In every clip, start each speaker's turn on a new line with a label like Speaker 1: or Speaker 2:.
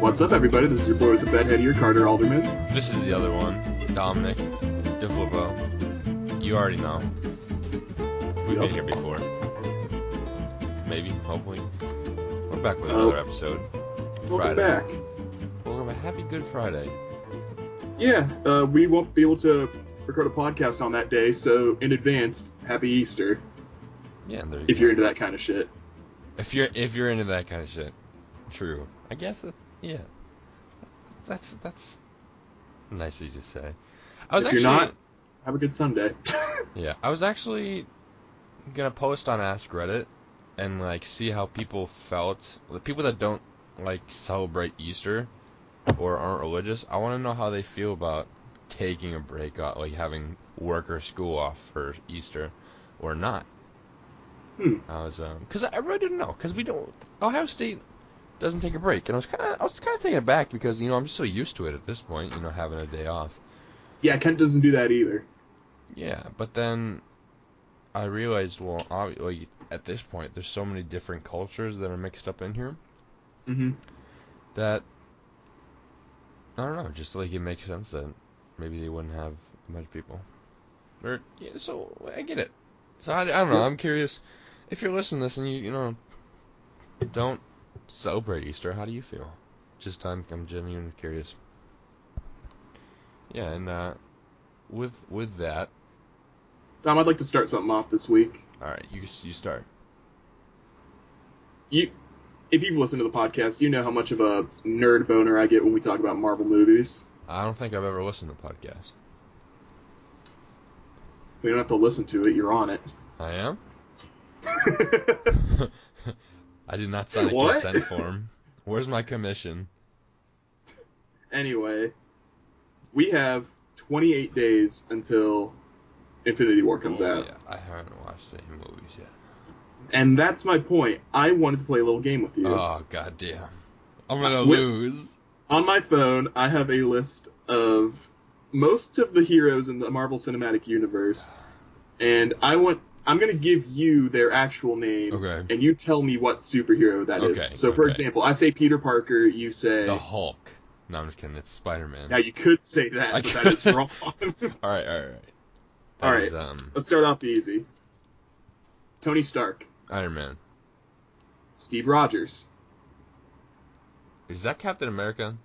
Speaker 1: What's up, everybody? This is your boy with the bedhead here, Carter Alderman.
Speaker 2: This is the other one, Dominic DeFlavo. You already know. We've
Speaker 1: Yep.
Speaker 2: been here before. Maybe, hopefully. We're back with
Speaker 1: Oh.
Speaker 2: another episode.
Speaker 1: Welcome
Speaker 2: Friday.
Speaker 1: back.
Speaker 2: Welcome to Happy Good Friday.
Speaker 1: Yeah, uh, we won't be able to record a podcast on that day, so in advance, happy Easter
Speaker 2: Yeah, there you
Speaker 1: if
Speaker 2: go.
Speaker 1: you're into that kind of shit.
Speaker 2: if you're if you're into that kind of shit, true. I guess that's yeah. That's that's nice of you to say. I was
Speaker 1: if
Speaker 2: actually
Speaker 1: you're not, have a good Sunday.
Speaker 2: Yeah, I was actually gonna post on Ask Reddit and like see how people felt. The people that don't like celebrate Easter or aren't religious, I want to know how they feel about taking a break off, like having work or school off for Easter or not.
Speaker 1: Hmm.
Speaker 2: I was um, cause I really didn't know, cause we don't Ohio State doesn't take a break, and I was kind of I was kind of taken aback because you know I'm just so used to it at this point, you know, having a day off.
Speaker 1: yeah, Kent doesn't do that either.
Speaker 2: Yeah, but then I realized, well, obviously at this point, there's so many different cultures that are mixed up in here
Speaker 1: hmm
Speaker 2: that I don't know. Just like it makes sense that maybe they wouldn't have much people. Or yeah, so I get it. So I, I don't know.
Speaker 1: Yeah.
Speaker 2: I'm curious if you're listening to this and you you know don't celebrate Easter. How do you feel? Just I'm I'm genuinely curious. Yeah, and uh, with with that,
Speaker 1: Dom, I'd like to start something off this week.
Speaker 2: all right, you you start.
Speaker 1: You, if you've listened to the podcast, you know how much of a nerd boner I get when we talk about Marvel movies.
Speaker 2: I don't think I've ever listened to podcasts.
Speaker 1: We don't have to listen to it; you're on it.
Speaker 2: I am. I did not sign a
Speaker 1: What?
Speaker 2: consent form. Where's my commission?
Speaker 1: anyway, we have 28 days until Infinity War comes
Speaker 2: Oh,
Speaker 1: out.
Speaker 2: Yeah, I haven't watched any movies yet.
Speaker 1: And that's my point. I wanted to play a little game with you.
Speaker 2: Oh goddamn! I'm gonna
Speaker 1: Uh, wi-
Speaker 2: lose.
Speaker 1: On my phone, I have a list of most of the heroes in the Marvel Cinematic Universe, and I want I'm going to give you their actual name
Speaker 2: Okay.
Speaker 1: and you tell me what superhero that is.
Speaker 2: Okay,
Speaker 1: So for
Speaker 2: okay. Oh.
Speaker 1: example, I say Peter Parker, you say
Speaker 2: The Hulk. No, I'm just kidding. It's Spider Man.
Speaker 1: Now you could say that,
Speaker 2: I
Speaker 1: but that is
Speaker 2: could-
Speaker 1: wrong.
Speaker 2: All right, all right, all right. That
Speaker 1: All
Speaker 2: is,
Speaker 1: right.
Speaker 2: um,
Speaker 1: Let's start off easy. Tony Stark,
Speaker 2: Iron Man.
Speaker 1: Steve Rogers.
Speaker 2: Is that Captain America?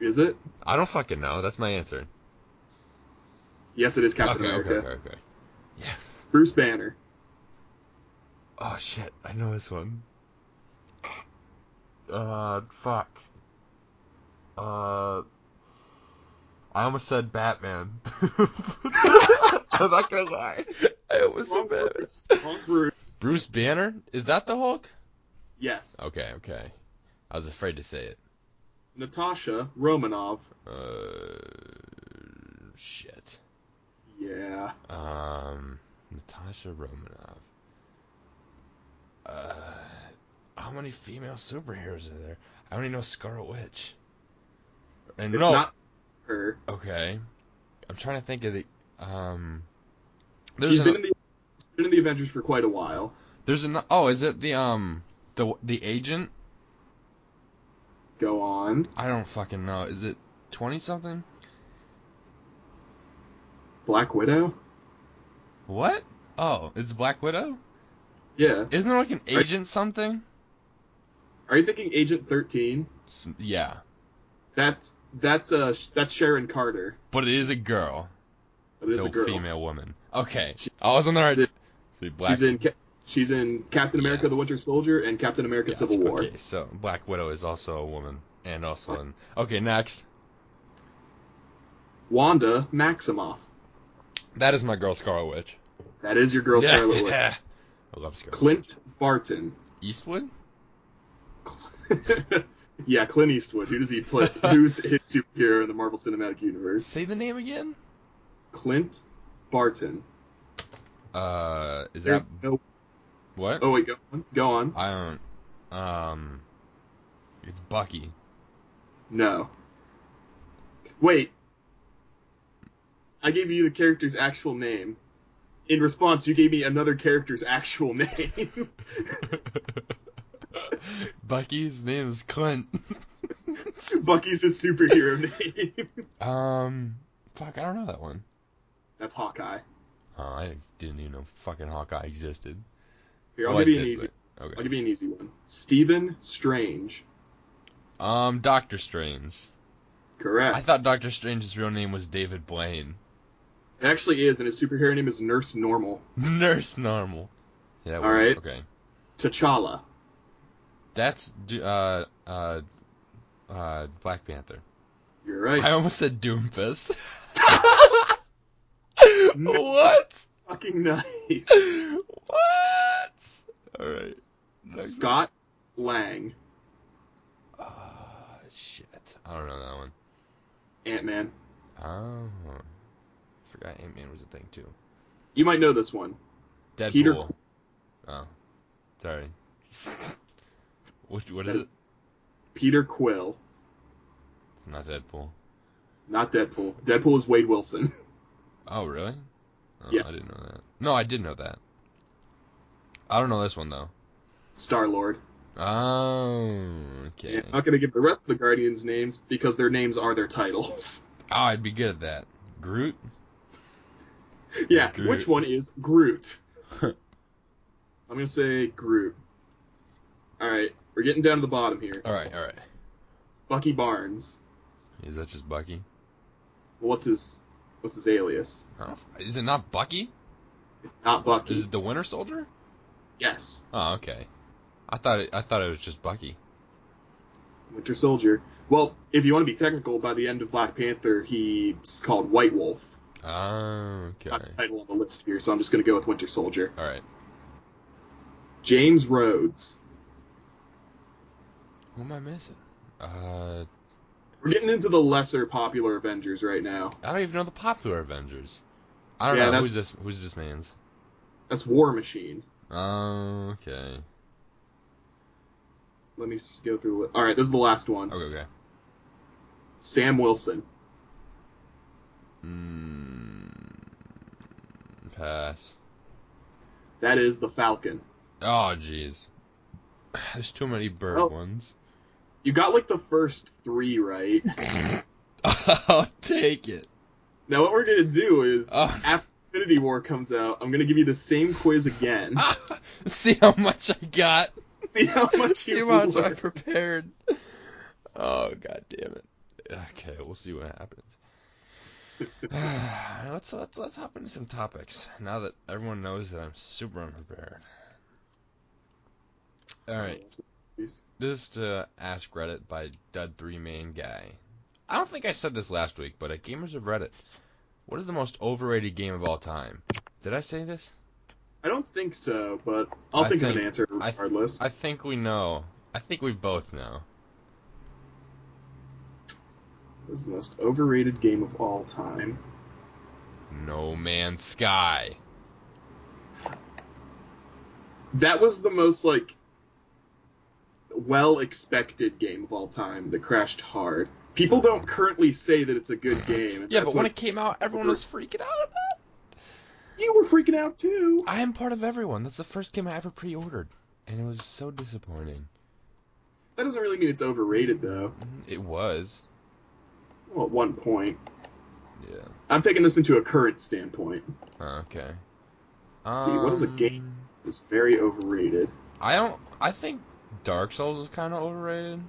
Speaker 1: Is it?
Speaker 2: I don't fucking know. That's my answer.
Speaker 1: Yes, it is Captain
Speaker 2: okay,
Speaker 1: America.
Speaker 2: okay, okay, okay. Yes.
Speaker 1: Bruce Banner.
Speaker 2: Oh shit! I know this one. Uh, fuck. Uh, I almost said Batman. I'm not gonna lie. I almost
Speaker 1: Wrong
Speaker 2: said Batman.
Speaker 1: Bruce. Wrong Bruce.
Speaker 2: Bruce Banner? Is that the Hulk?
Speaker 1: Yes.
Speaker 2: Okay, okay. I was afraid to say it.
Speaker 1: Natasha Romanov.
Speaker 2: Uh, shit.
Speaker 1: Yeah.
Speaker 2: Um, Natasha Romanoff. Uh, how many female superheroes are there? I only know Scarlet Witch. And
Speaker 1: It's
Speaker 2: no,
Speaker 1: not her.
Speaker 2: okay. I'm trying to think of the um.
Speaker 1: She's
Speaker 2: There's
Speaker 1: been
Speaker 2: an,
Speaker 1: in the been in the Avengers for quite a while.
Speaker 2: there's an oh is it the um the the agent?
Speaker 1: Go on.
Speaker 2: I don't fucking know. Is it twenty something?
Speaker 1: Black Widow?
Speaker 2: What? Oh, it's Black Widow.
Speaker 1: Yeah.
Speaker 2: Isn't there like an
Speaker 1: Are-
Speaker 2: agent something?
Speaker 1: Are you thinking Agent 13?
Speaker 2: S- yeah,
Speaker 1: That's that's uh sh- that's Sharon Carter.
Speaker 2: but it is a girl.
Speaker 1: That is
Speaker 2: so
Speaker 1: a girl.
Speaker 2: female woman. Okay,
Speaker 1: She-
Speaker 2: I was on the right.
Speaker 1: she's
Speaker 2: See, Black
Speaker 1: She's in Ca- she's in Captain America the
Speaker 2: Yes.
Speaker 1: Winter Soldier and Captain America
Speaker 2: Yes,
Speaker 1: Civil War.
Speaker 2: Okay, so Black Widow is also a woman and also an okay. Next,
Speaker 1: Wanda Maximoff.
Speaker 2: that is my girl Scarlet Witch.
Speaker 1: That is your girl
Speaker 2: yeah,
Speaker 1: Scarlet Witch.
Speaker 2: I love Scarlet.
Speaker 1: Clint Barton.
Speaker 2: Witch. Eastwood.
Speaker 1: yeah, Clint Eastwood. Who does he play? Who's his superhero in the Marvel Cinematic Universe?
Speaker 2: Say the name again.
Speaker 1: Clint Barton.
Speaker 2: Uh, is
Speaker 1: There's
Speaker 2: that
Speaker 1: no.
Speaker 2: what?
Speaker 1: Oh wait, go on. Go on.
Speaker 2: I don't. Um, it's Bucky.
Speaker 1: No. Wait. I gave you the character's actual name. In response, you gave me another character's actual name.
Speaker 2: Bucky's name is Clint.
Speaker 1: Bucky's his superhero name.
Speaker 2: Um, fuck, I don't know that one.
Speaker 1: That's Hawkeye.
Speaker 2: Uh, I didn't even know fucking Hawkeye existed.
Speaker 1: Here, I'll
Speaker 2: Well, Oh, I
Speaker 1: give you an
Speaker 2: did,
Speaker 1: easy.
Speaker 2: but- okay.
Speaker 1: I'll give you an easy one. Stephen Strange.
Speaker 2: Um, Doctor Strange.
Speaker 1: Correct.
Speaker 2: I thought Doctor Strange's real name was David Blaine.
Speaker 1: it actually is, and his superhero name is Nurse Normal.
Speaker 2: Nurse Normal. Yeah. that
Speaker 1: All
Speaker 2: works.
Speaker 1: right.
Speaker 2: Okay.
Speaker 1: T'Challa.
Speaker 2: That's Du- uh uh uh Black Panther.
Speaker 1: You're right.
Speaker 2: I almost said Doomfist. what?
Speaker 1: Nice. Fucking nice.
Speaker 2: what? All right. Next.
Speaker 1: Scott Lang.
Speaker 2: Uh, shit. I don't know that one.
Speaker 1: Ant Man.
Speaker 2: Oh. Forgot Ant Man was a thing too.
Speaker 1: You might know this one.
Speaker 2: Deadpool.
Speaker 1: Peter-
Speaker 2: Oh. Sorry. what what
Speaker 1: That
Speaker 2: is
Speaker 1: is
Speaker 2: it?
Speaker 1: Peter Quill.
Speaker 2: It's not Deadpool.
Speaker 1: Not Deadpool. Deadpool is Wade Wilson.
Speaker 2: Oh really? Oh,
Speaker 1: Yes.
Speaker 2: I didn't know that. No, I did know that. I don't know this one though.
Speaker 1: Star Lord.
Speaker 2: Oh okay.
Speaker 1: I'm not gonna give the rest of the Guardians names because their names are their titles.
Speaker 2: Oh, I'd be good at that. Groot?
Speaker 1: yeah,
Speaker 2: Groot.
Speaker 1: which one is Groot? I'm gonna say Groot. Alright, we're getting down to the bottom here.
Speaker 2: Alright, alright.
Speaker 1: Bucky Barnes.
Speaker 2: Is that just Bucky?
Speaker 1: What's his what's his alias?
Speaker 2: Huh? Is it not Bucky?
Speaker 1: It's not Bucky.
Speaker 2: Is it the Winter Soldier?
Speaker 1: Yes.
Speaker 2: Oh, okay. I thought it, I thought it was just Bucky.
Speaker 1: Winter Soldier. Well, if you want to be technical, by the end of Black Panther, he's called White Wolf.
Speaker 2: Oh, okay.
Speaker 1: Not the title on the list here, so I'm just going to go with Winter Soldier.
Speaker 2: All right.
Speaker 1: James Rhodes.
Speaker 2: Who am I missing? Uh,
Speaker 1: We're getting into the lesser popular Avengers right now.
Speaker 2: I don't even know the popular Avengers. I don't
Speaker 1: Yeah,
Speaker 2: know who's
Speaker 1: that's-
Speaker 2: this. Who's this man's?
Speaker 1: That's War Machine.
Speaker 2: Oh, okay.
Speaker 1: Let me s- go through. All right, this is the last one.
Speaker 2: Okay, okay.
Speaker 1: Sam Wilson.
Speaker 2: Mm, pass.
Speaker 1: That is the Falcon.
Speaker 2: Oh, jeez. There's too many bird
Speaker 1: Oh.
Speaker 2: ones.
Speaker 1: You got like the first three right.
Speaker 2: I'll take it.
Speaker 1: Now what we're gonna do is
Speaker 2: Oh.
Speaker 1: after Infinity War comes out, I'm gonna give you the same quiz again.
Speaker 2: Ah. See how much I got.
Speaker 1: See how much
Speaker 2: See
Speaker 1: you
Speaker 2: how much I
Speaker 1: were.
Speaker 2: prepared. Oh god damn it. Okay, we'll see what happens. let's, let's let's hop into some topics now that everyone knows that I'm super unprepared. All right, this is to ask Reddit by Dud Three Main Guy. I don't think I said this last week, but at Gamers of Reddit, what is the most overrated game of all time? Did I say this?
Speaker 1: I don't think so, but I'll
Speaker 2: I
Speaker 1: think, of
Speaker 2: think-
Speaker 1: an answer
Speaker 2: I th-
Speaker 1: regardless.
Speaker 2: I think we know. I think we both know.
Speaker 1: This is the most overrated game of all time.
Speaker 2: No Man's Sky.
Speaker 1: That was the most like well expected game of all time that crashed hard. People don't currently say that it's a good game. and
Speaker 2: Yeah,
Speaker 1: that's
Speaker 2: but when
Speaker 1: what-
Speaker 2: it came out, everyone was freaking out about it.
Speaker 1: you were freaking out too.
Speaker 2: I am part of everyone. That's the first game I ever pre-ordered, and it was so disappointing.
Speaker 1: That doesn't really mean it's overrated though.
Speaker 2: Mm-hmm. It was.
Speaker 1: Well, at one point,
Speaker 2: Yeah.
Speaker 1: I'm taking this into a current standpoint.
Speaker 2: Oh, okay.
Speaker 1: Let's see, what is a game-
Speaker 2: Um,
Speaker 1: It's very overrated.
Speaker 2: I don't. I think Dark Souls is kind of overrated,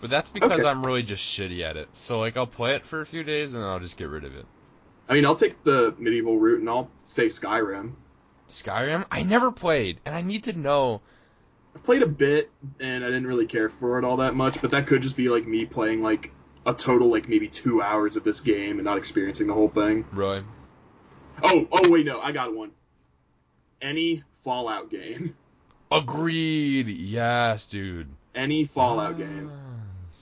Speaker 2: but that's because
Speaker 1: Okay.
Speaker 2: I'm really just shitty at it. So like, I'll play it for a few days and then I'll just get rid of it.
Speaker 1: I mean, I'll take the medieval route and I'll say Skyrim.
Speaker 2: Skyrim, I never played, and I need to know.
Speaker 1: I played a bit and I didn't really care for it all that much, but that could just be like me playing like a total like maybe two hours of this game and not experiencing the whole thing.
Speaker 2: Really?
Speaker 1: Oh, oh wait, no, I got one. Any Fallout game,
Speaker 2: Agreed. Yes, dude.
Speaker 1: any
Speaker 2: Ah.
Speaker 1: Fallout game.
Speaker 2: Yes.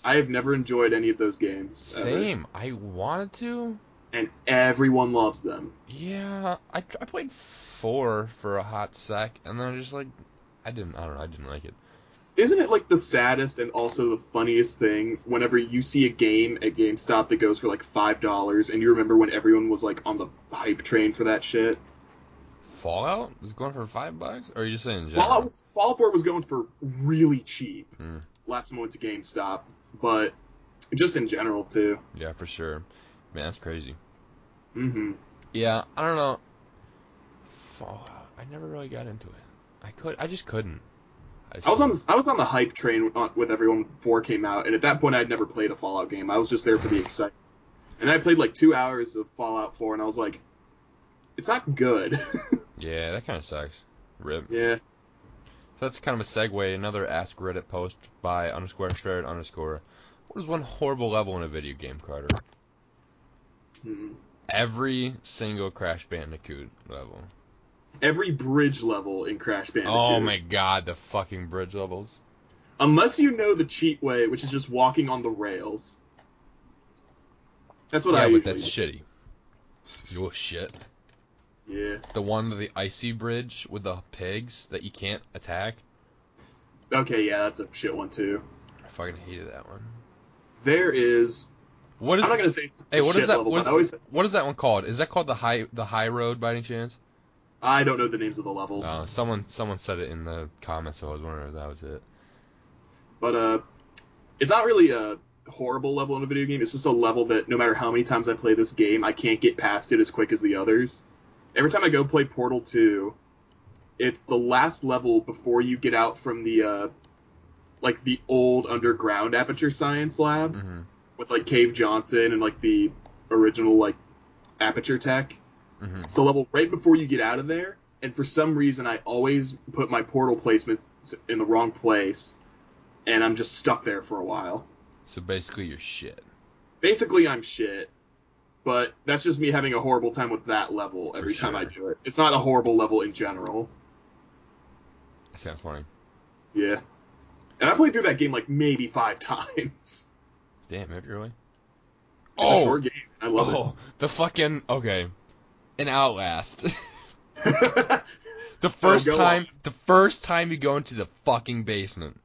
Speaker 1: I have never enjoyed any of those games. ever,
Speaker 2: Same. I wanted to.
Speaker 1: and everyone loves them.
Speaker 2: Yeah, I, I played four for a hot sec, and then I just like, I didn't, I don't know, I didn't like it.
Speaker 1: Isn't it like the saddest and also the funniest thing whenever you see a game at GameStop that goes for like five dollars and you remember when everyone was like on the hype train for that shit?
Speaker 2: Fallout is going for five bucks, or are you just saying in general?
Speaker 1: Fallout was Fallout 4 was going for really cheap
Speaker 2: Hmm.
Speaker 1: last time I went to GameStop, but just in general too.
Speaker 2: Yeah, for sure. Man, that's crazy.
Speaker 1: Mm-hmm.
Speaker 2: Yeah, I don't know. Fallout. I never really got into it. I could. I just couldn't. just
Speaker 1: I was on
Speaker 2: couldn't.
Speaker 1: the, I was on the hype train on- with everyone when four came out, and at that point I'd never played a Fallout game. I was just there for the excitement. And I played like two hours of Fallout Four, and I was like, it's not good.
Speaker 2: Yeah, that kind of sucks. Rip.
Speaker 1: yeah.
Speaker 2: So that's kind of a segue. Another Ask Reddit post by underscore shared underscore. What is one horrible level in a video game, Carter?
Speaker 1: Mm.
Speaker 2: Every single Crash Bandicoot level.
Speaker 1: Every bridge level in Crash Bandicoot.
Speaker 2: Oh my god, the fucking bridge levels.
Speaker 1: Unless you know the cheat way, which is just walking on the rails. That's what I
Speaker 2: yeah, but
Speaker 1: usually
Speaker 2: that's shitty.
Speaker 1: do.
Speaker 2: You little shit.
Speaker 1: Yeah.
Speaker 2: The one with the icy bridge with the pigs that you can't attack.
Speaker 1: Okay, yeah, that's a shit one too.
Speaker 2: I fucking hated that one.
Speaker 1: There is.
Speaker 2: What is
Speaker 1: I'm not gonna say. it's a
Speaker 2: Hey, what is
Speaker 1: shit
Speaker 2: that-
Speaker 1: Level,
Speaker 2: what
Speaker 1: but
Speaker 2: is-
Speaker 1: I always.
Speaker 2: what is that one called? Is that called the high the high road by any chance?
Speaker 1: I don't know the names of the levels,
Speaker 2: Uh, someone someone said it in the comments, so I was wondering if that was it.
Speaker 1: but uh, it's not really a horrible level in a video game. It's just a level that no matter how many times I play this game, I can't get past it as quick as the others. Every time I go play Portal Two, it's the last level before you get out from the uh, like the old underground Aperture Science Lab.
Speaker 2: hmm
Speaker 1: with like Cave Johnson and like the original like Aperture Tech.
Speaker 2: hmm
Speaker 1: It's the level right before you get out of there, and for some reason I always put my portal placements in the wrong place, and I'm just stuck there for a while.
Speaker 2: So basically, you're shit.
Speaker 1: Basically, I'm shit. But that's just me having a horrible time with that level every time I
Speaker 2: sure.
Speaker 1: do it. It's not a horrible level in general.
Speaker 2: That's kind of funny.
Speaker 1: Yeah. And I played through that game like maybe five times. It's
Speaker 2: Damn, have you really?
Speaker 1: a
Speaker 2: Oh,
Speaker 1: short game. I love
Speaker 2: oh, the fucking okay, an Outlast. Oh.
Speaker 1: it.
Speaker 2: the first
Speaker 1: go
Speaker 2: time, the first time you go into the fucking basement,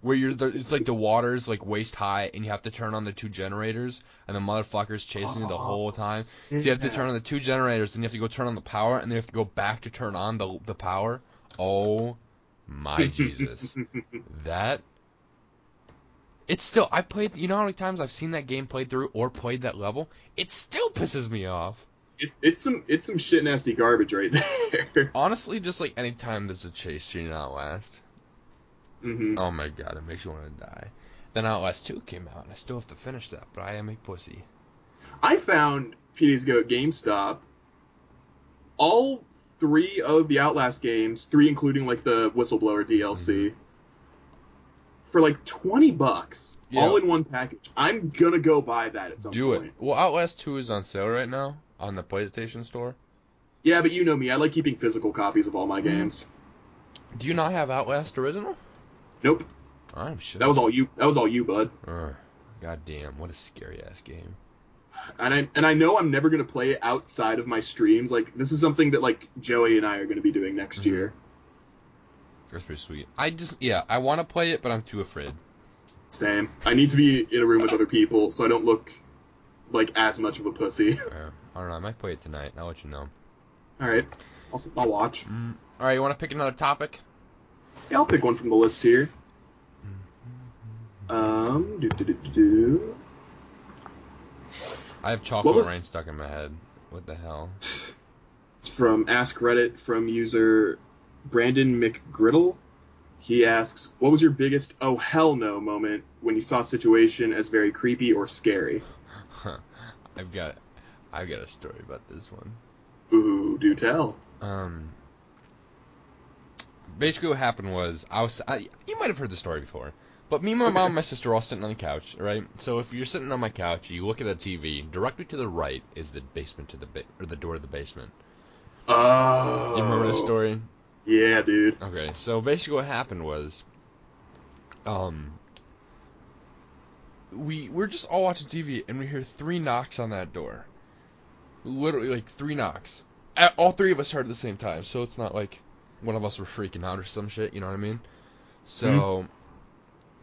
Speaker 2: where you're, the, it's like the water's like waist high, and you have to turn on the two generators, and the motherfucker's chasing you the
Speaker 1: Oh.
Speaker 2: whole time. So you have to
Speaker 1: Yeah.
Speaker 2: turn on the two generators, then you have to go turn on the power, and then you have to go back to turn on the the power. Oh my Jesus, that it's still I played. You know how many times I've seen that game played through or played that level? It still pisses me off.
Speaker 1: It, it's some it's some shit nasty garbage right there.
Speaker 2: Honestly, just like any time there's a chase scene in Outlast,
Speaker 1: hmm
Speaker 2: oh my god, it makes you want to die. Then Outlast 2 came out, and I still have to finish that, but I am a pussy.
Speaker 1: I found a few days ago at GameStop all three of the Outlast games, three including like the Whistleblower
Speaker 2: Mm-hmm.
Speaker 1: DLC, for like twenty bucks,
Speaker 2: Yeah.
Speaker 1: all in one package. I'm gonna go buy that at some
Speaker 2: Do
Speaker 1: point.
Speaker 2: it. Well, Outlast 2 is on sale right now on the PlayStation Store.
Speaker 1: Yeah, but you know me, I like keeping physical copies of all my
Speaker 2: Mm-hmm.
Speaker 1: games.
Speaker 2: Do you not have Outlast original?
Speaker 1: Nope,
Speaker 2: I'm sure.
Speaker 1: that was all you. That was all you, bud.
Speaker 2: Ugh. God damn, what a scary ass game.
Speaker 1: And I and I know I'm never gonna play it outside of my streams. Like this is something that like Joey and I are gonna be doing next
Speaker 2: Mhm.
Speaker 1: year.
Speaker 2: That's pretty sweet. I just, yeah, I want to play it, but I'm too afraid.
Speaker 1: Same. I need to be in a room with other people so I don't look like as much of a pussy.
Speaker 2: Uh, I don't know, I might play it tonight. I'll let you know.
Speaker 1: All right. I'll, I'll watch.
Speaker 2: Mm. Alright, you want to pick another topic?
Speaker 1: Yeah, I'll pick one from the list here. Um, do do do do. do.
Speaker 2: I have Chocolate
Speaker 1: was-
Speaker 2: Rain stuck in my head. What the hell?
Speaker 1: It's from Ask Reddit from user Brandon McGriddle. He asks, "What was your biggest oh hell no moment when you saw a situation as very creepy or scary?"
Speaker 2: I've got, I've got a story about this one.
Speaker 1: Ooh, do tell.
Speaker 2: Um, basically, what happened was I was I, you might have heard the story before, but me, my mom, and my sister were all sitting on the couch, right? So if you're sitting on my couch, you look at the TV. Directly to the right is the basement to the ba- or the door to the basement.
Speaker 1: Oh.
Speaker 2: You remember this story?
Speaker 1: Yeah, dude.
Speaker 2: Okay, so basically what happened was, um, we we're just all watching TV and we hear three knocks on that door, literally like three knocks. A- All three of us heard at the same time, so it's not like one of us were freaking out or some shit. You know what I mean? So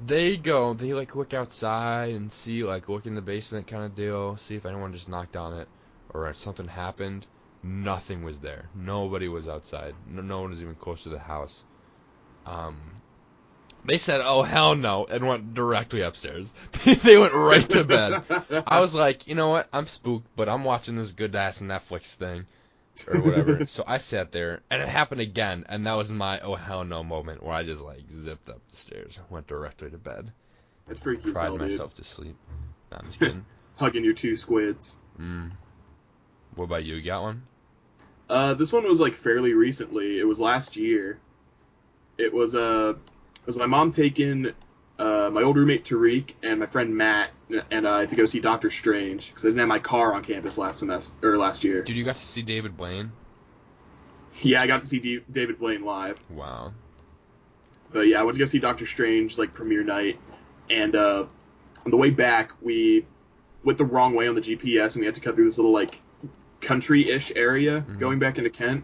Speaker 2: they go, they like look outside and see like look in the basement kind of deal, see if anyone just knocked on it or if something happened nothing was there. Nobody was outside. No, no one was even close to the house. Um, They said, "Oh hell no," and went directly upstairs. they went right to bed. I was like, you know what? I'm spooked, but I'm watching this good ass Netflix thing or whatever. so I sat there, and it happened again, and that was my oh hell no moment where I just like zipped up the stairs, went directly to bed,
Speaker 1: That's freaky as
Speaker 2: cried
Speaker 1: hell, dude.
Speaker 2: myself to sleep. Nah, I'm just kidding.
Speaker 1: Hugging your two squids.
Speaker 2: mm. What about you? You got one?
Speaker 1: Uh, this one was like fairly recently. It was last year. It was uh, it was my mom taking uh, my old roommate Tariq and my friend Matt and I to go see Doctor Strange because I didn't have my car on campus last semester or last year.
Speaker 2: Dude, you got to see David Blaine.
Speaker 1: Yeah, I got to see D- David Blaine live.
Speaker 2: Wow.
Speaker 1: But yeah, I went to go see Doctor Strange like premiere night, and uh, on the way back we went the wrong way on the GPS, and we had to cut through this little like country-ish area
Speaker 2: Mhm.
Speaker 1: going back into Kent.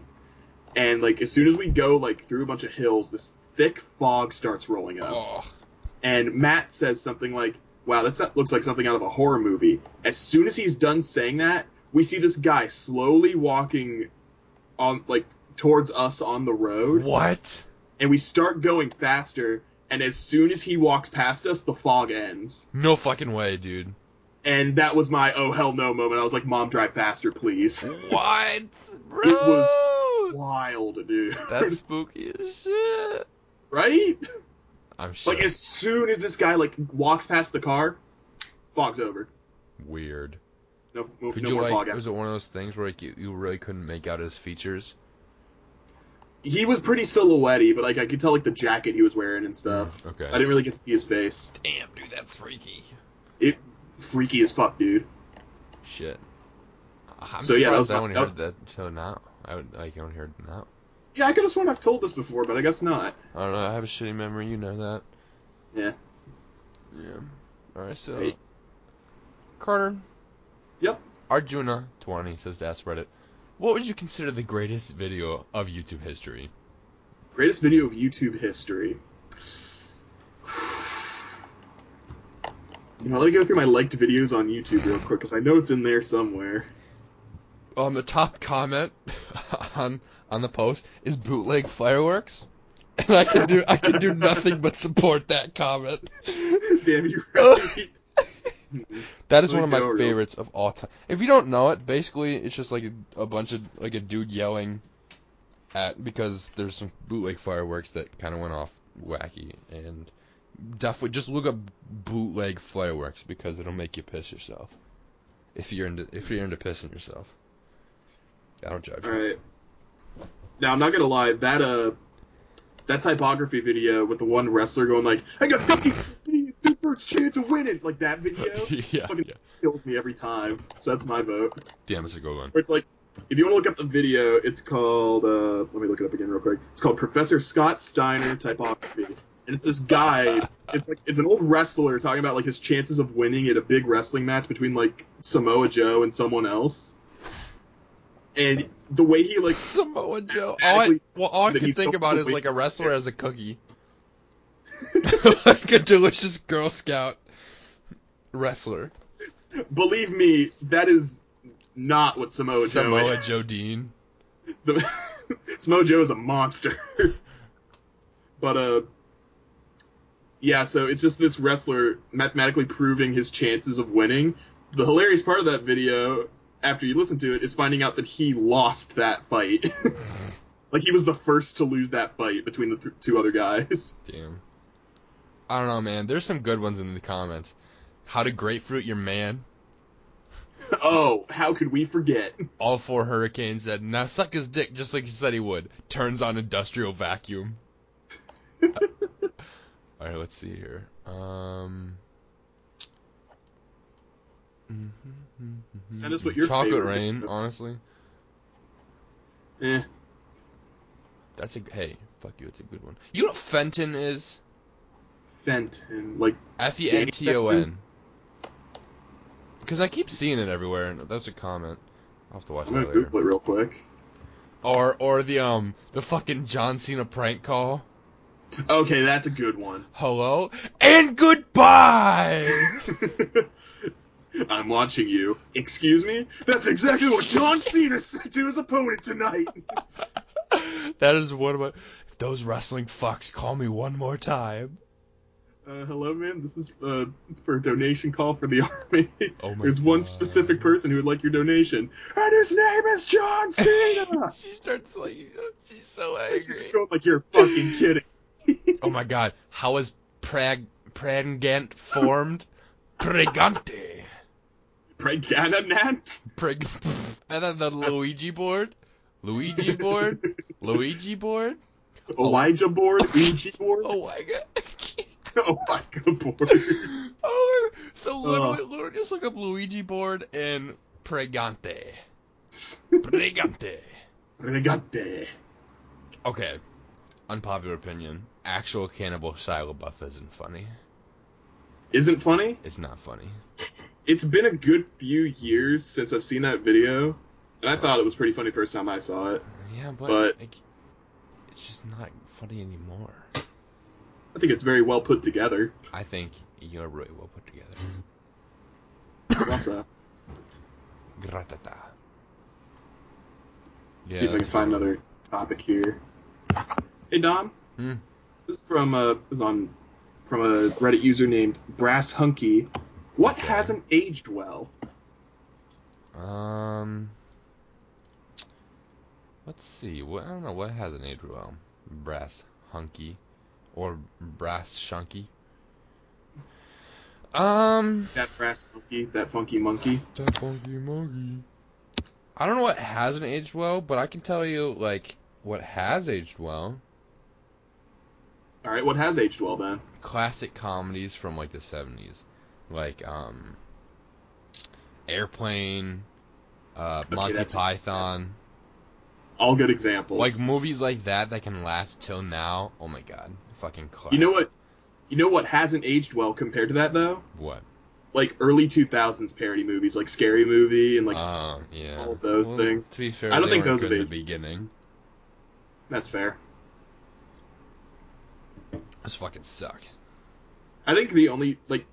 Speaker 1: And like as soon as we go like through a bunch of hills, this thick fog starts rolling up,
Speaker 2: Oh.
Speaker 1: and Matt says something like, "Wow, that so- looks like something out of a horror movie." As soon as he's done saying that, we see this guy slowly walking on like towards us on the road
Speaker 2: What?
Speaker 1: and we start going faster. And as soon as he walks past us, the fog ends.
Speaker 2: No fucking way, dude.
Speaker 1: And that was my oh hell no moment. I was like, Mom, drive faster, please.
Speaker 2: What? Bro.
Speaker 1: Wild, dude.
Speaker 2: That's spooky as shit.
Speaker 1: right?
Speaker 2: I'm sure.
Speaker 1: Like as soon as this guy like walks past the car, fog's over.
Speaker 2: weird.
Speaker 1: No, no,
Speaker 2: Could
Speaker 1: no
Speaker 2: you
Speaker 1: more
Speaker 2: like?
Speaker 1: fog.
Speaker 2: Was it one of those things where like you, you really couldn't make out his features?
Speaker 1: He was pretty silhouetted, but like I could tell like the jacket he was wearing and stuff.
Speaker 2: Mm, Okay.
Speaker 1: I didn't really get to see his face.
Speaker 2: Damn, dude, that's freaky.
Speaker 1: Freaky as fuck, dude.
Speaker 2: Shit. I'm
Speaker 1: So,
Speaker 2: surprised
Speaker 1: yeah, that was
Speaker 2: I
Speaker 1: my-
Speaker 2: only
Speaker 1: that-
Speaker 2: heard that until now. I would, like I only heard it now.
Speaker 1: Yeah, I could have sworn I've told this before, but I guess not.
Speaker 2: I don't know. I have a shitty memory. You know that.
Speaker 1: Yeah.
Speaker 2: Yeah. All right, so
Speaker 1: Hey.
Speaker 2: Carter.
Speaker 1: Yep.
Speaker 2: Arjuna twenty says to ask Reddit, "What would you consider the greatest video of YouTube history?"
Speaker 1: Greatest video of YouTube history. You know, let me go through my liked videos on YouTube real quick because I know it's in there somewhere.
Speaker 2: Um, the top comment on on the post is bootleg fireworks, and I can do I can do nothing but support that comment.
Speaker 1: Damn you! right.
Speaker 2: That is one
Speaker 1: Like
Speaker 2: of my
Speaker 1: the Oreo.
Speaker 2: favorites of all time. If you don't know it, basically it's just like a, a bunch of like a dude yelling at because there's some bootleg fireworks that kind of went off wacky and definitely just look up bootleg fireworks because it'll make you piss yourself. If you're into if you're into pissing yourself. I don't judge.
Speaker 1: All right. Now I'm not gonna lie. That uh, that typography video with the one wrestler going like, "I got fucking two birds chance of winning," like that video
Speaker 2: yeah,
Speaker 1: Fucking-
Speaker 2: yeah.
Speaker 1: kills me every time. So that's my vote.
Speaker 2: Damn, it's a good one.
Speaker 1: where it's like if you want to look up the video, it's called uh, let me look it up again real quick. It's called Professor Scott Steiner Typography, and it's this guy. It's like it's an old wrestler talking about like his chances of winning at a big wrestling match between like Samoa Joe and someone else, and the way he like
Speaker 2: Samoa Joe. All I, well, all I
Speaker 1: That
Speaker 2: can
Speaker 1: he's
Speaker 2: think
Speaker 1: so
Speaker 2: about is
Speaker 1: weak.
Speaker 2: like a wrestler as a cookie, like a delicious Girl Scout wrestler.
Speaker 1: believe me, that is not what Samoa,
Speaker 2: Samoa
Speaker 1: Joe is.
Speaker 2: Joe Dean.
Speaker 1: The, Samoa Joe is a monster. but uh yeah, so it's just this wrestler mathematically proving his chances of winning. The hilarious part of that video, after you listen to it, is finding out that he lost that fight. like he was the first to lose that fight between the th- two other guys.
Speaker 2: Damn. I don't know, man. There's some good ones in the comments. How to grapefruit your man.
Speaker 1: oh, how could we forget?
Speaker 2: All four hurricanes said, "Now suck his dick, just like you said he would." Turns on industrial vacuum. All right, let's see here. Um.
Speaker 1: Send us what your
Speaker 2: mm-hmm, chocolate
Speaker 1: favorite
Speaker 2: rain.
Speaker 1: is.
Speaker 2: Honestly,
Speaker 1: Eh,
Speaker 2: that's a hey. Fuck you. It's a good one. You know what Fenton is?
Speaker 1: Fenton, like
Speaker 2: F E N T O N. Because I keep seeing it everywhere, and that's a comment. I'll have to watch
Speaker 1: I'm gonna
Speaker 2: that later.
Speaker 1: Google it real quick.
Speaker 2: Or or the um the fucking John Cena prank call.
Speaker 1: Okay, that's a good one.
Speaker 2: Hello and goodbye.
Speaker 1: I'm watching you. Excuse me? That's exactly what John Cena said to his opponent tonight.
Speaker 2: that is one of my. If those wrestling fucks call me one more time.
Speaker 1: uh, hello, ma'am. This is uh, for a donation call for the army.
Speaker 2: Oh my
Speaker 1: There's one specific person who would like your donation, and his name is John Cena.
Speaker 2: she starts like she's so
Speaker 1: She's just
Speaker 2: angry.
Speaker 1: going like you're fucking kidding.
Speaker 2: Oh my god, how is Prag Prangant formed? Pregante.
Speaker 1: Pregana Nant.
Speaker 2: Preg and then the Luigi board? Luigi board? Luigi board?
Speaker 1: Elijah board, Ouija board,
Speaker 2: Oh my god.
Speaker 1: Elijah board.
Speaker 2: oh, so
Speaker 1: Oh.
Speaker 2: literally, literally just look up Luigi board and Pregante. Pregante.
Speaker 1: Regate.
Speaker 2: Okay. Unpopular opinion. Actual cannibal Shia LaBeouf isn't funny.
Speaker 1: Isn't funny?
Speaker 2: It's not funny.
Speaker 1: It's been a good few years since I've seen that video, and I thought it was pretty funny first time I saw it.
Speaker 2: Yeah, but,
Speaker 1: But-
Speaker 2: like, it's just not funny anymore.
Speaker 1: I think it's very well put together.
Speaker 2: I think you're really well put together.
Speaker 1: Also,
Speaker 2: Gratata.
Speaker 1: Let's see if I can find another topic here. Hey Dom,
Speaker 2: Hmm.
Speaker 1: this is from uh, this is on from a Reddit user named Brass Hunky. What
Speaker 2: Okay.
Speaker 1: hasn't aged well?
Speaker 2: Um. Let's see. What I don't know. What has an age well? Brass hunky, or brass shunky. Um.
Speaker 1: That brass monkey, that funky monkey.
Speaker 2: That funky monkey. I don't know what hasn't aged well, but I can tell you like what has aged well.
Speaker 1: All right, what has aged well then?
Speaker 2: classic comedies from like the 70s like um airplane uh
Speaker 1: Okay,
Speaker 2: monty
Speaker 1: that's-
Speaker 2: python
Speaker 1: All good examples.
Speaker 2: like movies like that that can last till now oh my god fucking classic.
Speaker 1: you know what? You know what hasn't aged well compared to that though?
Speaker 2: what
Speaker 1: Like early 2000s parody movies, like Scary Movie and like s-
Speaker 2: uh, yeah
Speaker 1: all of those
Speaker 2: Well,
Speaker 1: things.
Speaker 2: to be fair
Speaker 1: I don't
Speaker 2: they
Speaker 1: think
Speaker 2: weren't
Speaker 1: those
Speaker 2: good in
Speaker 1: have
Speaker 2: the beginning
Speaker 1: that's fair.
Speaker 2: those fucking suck
Speaker 1: I think the only like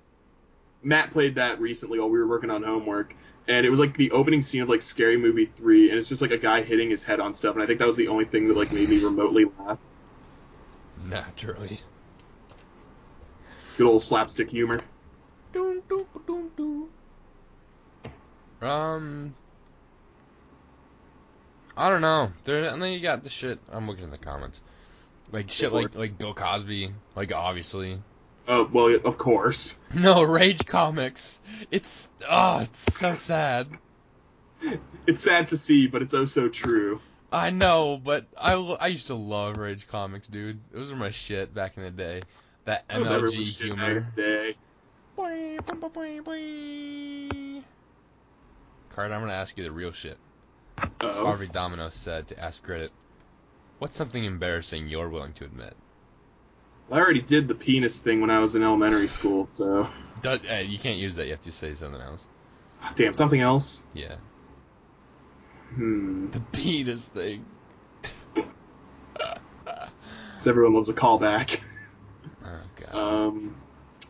Speaker 1: Matt played that recently while we were working on homework, and it was like the opening scene of like Scary Movie three, and it's just like a guy hitting his head on stuff, and I think that was the only thing that like made me remotely laugh.
Speaker 2: naturally
Speaker 1: Good old slapstick humor.
Speaker 2: Doom, doom, doom, doom. Um, I don't know. There, and then you got the shit. I'm looking in the comments, like shit, like like Bill Cosby, like obviously.
Speaker 1: Oh well, of course.
Speaker 2: No Rage Comics. It's oh, it's so sad.
Speaker 1: It's sad to see, but it's oh so true.
Speaker 2: I know, but I, lo- I used to love Rage Comics, dude. Those were my shit back in the day. That
Speaker 1: That was
Speaker 2: MLG
Speaker 1: everyone's shit back in
Speaker 2: humor.
Speaker 1: the day.
Speaker 2: Boing, boing, boing, boing, boing. Card, I'm gonna ask you the real shit.
Speaker 1: Oh,
Speaker 2: Harvey Domino said to ask credit. What's something embarrassing you're willing to admit?
Speaker 1: I already did the penis thing when I was in elementary school, so
Speaker 2: Do- uh, you can't use that. You have to say something else.
Speaker 1: damn something else.
Speaker 2: Yeah.
Speaker 1: Hmm.
Speaker 2: The penis thing.
Speaker 1: So everyone loves a callback.
Speaker 2: Oh god.
Speaker 1: Um,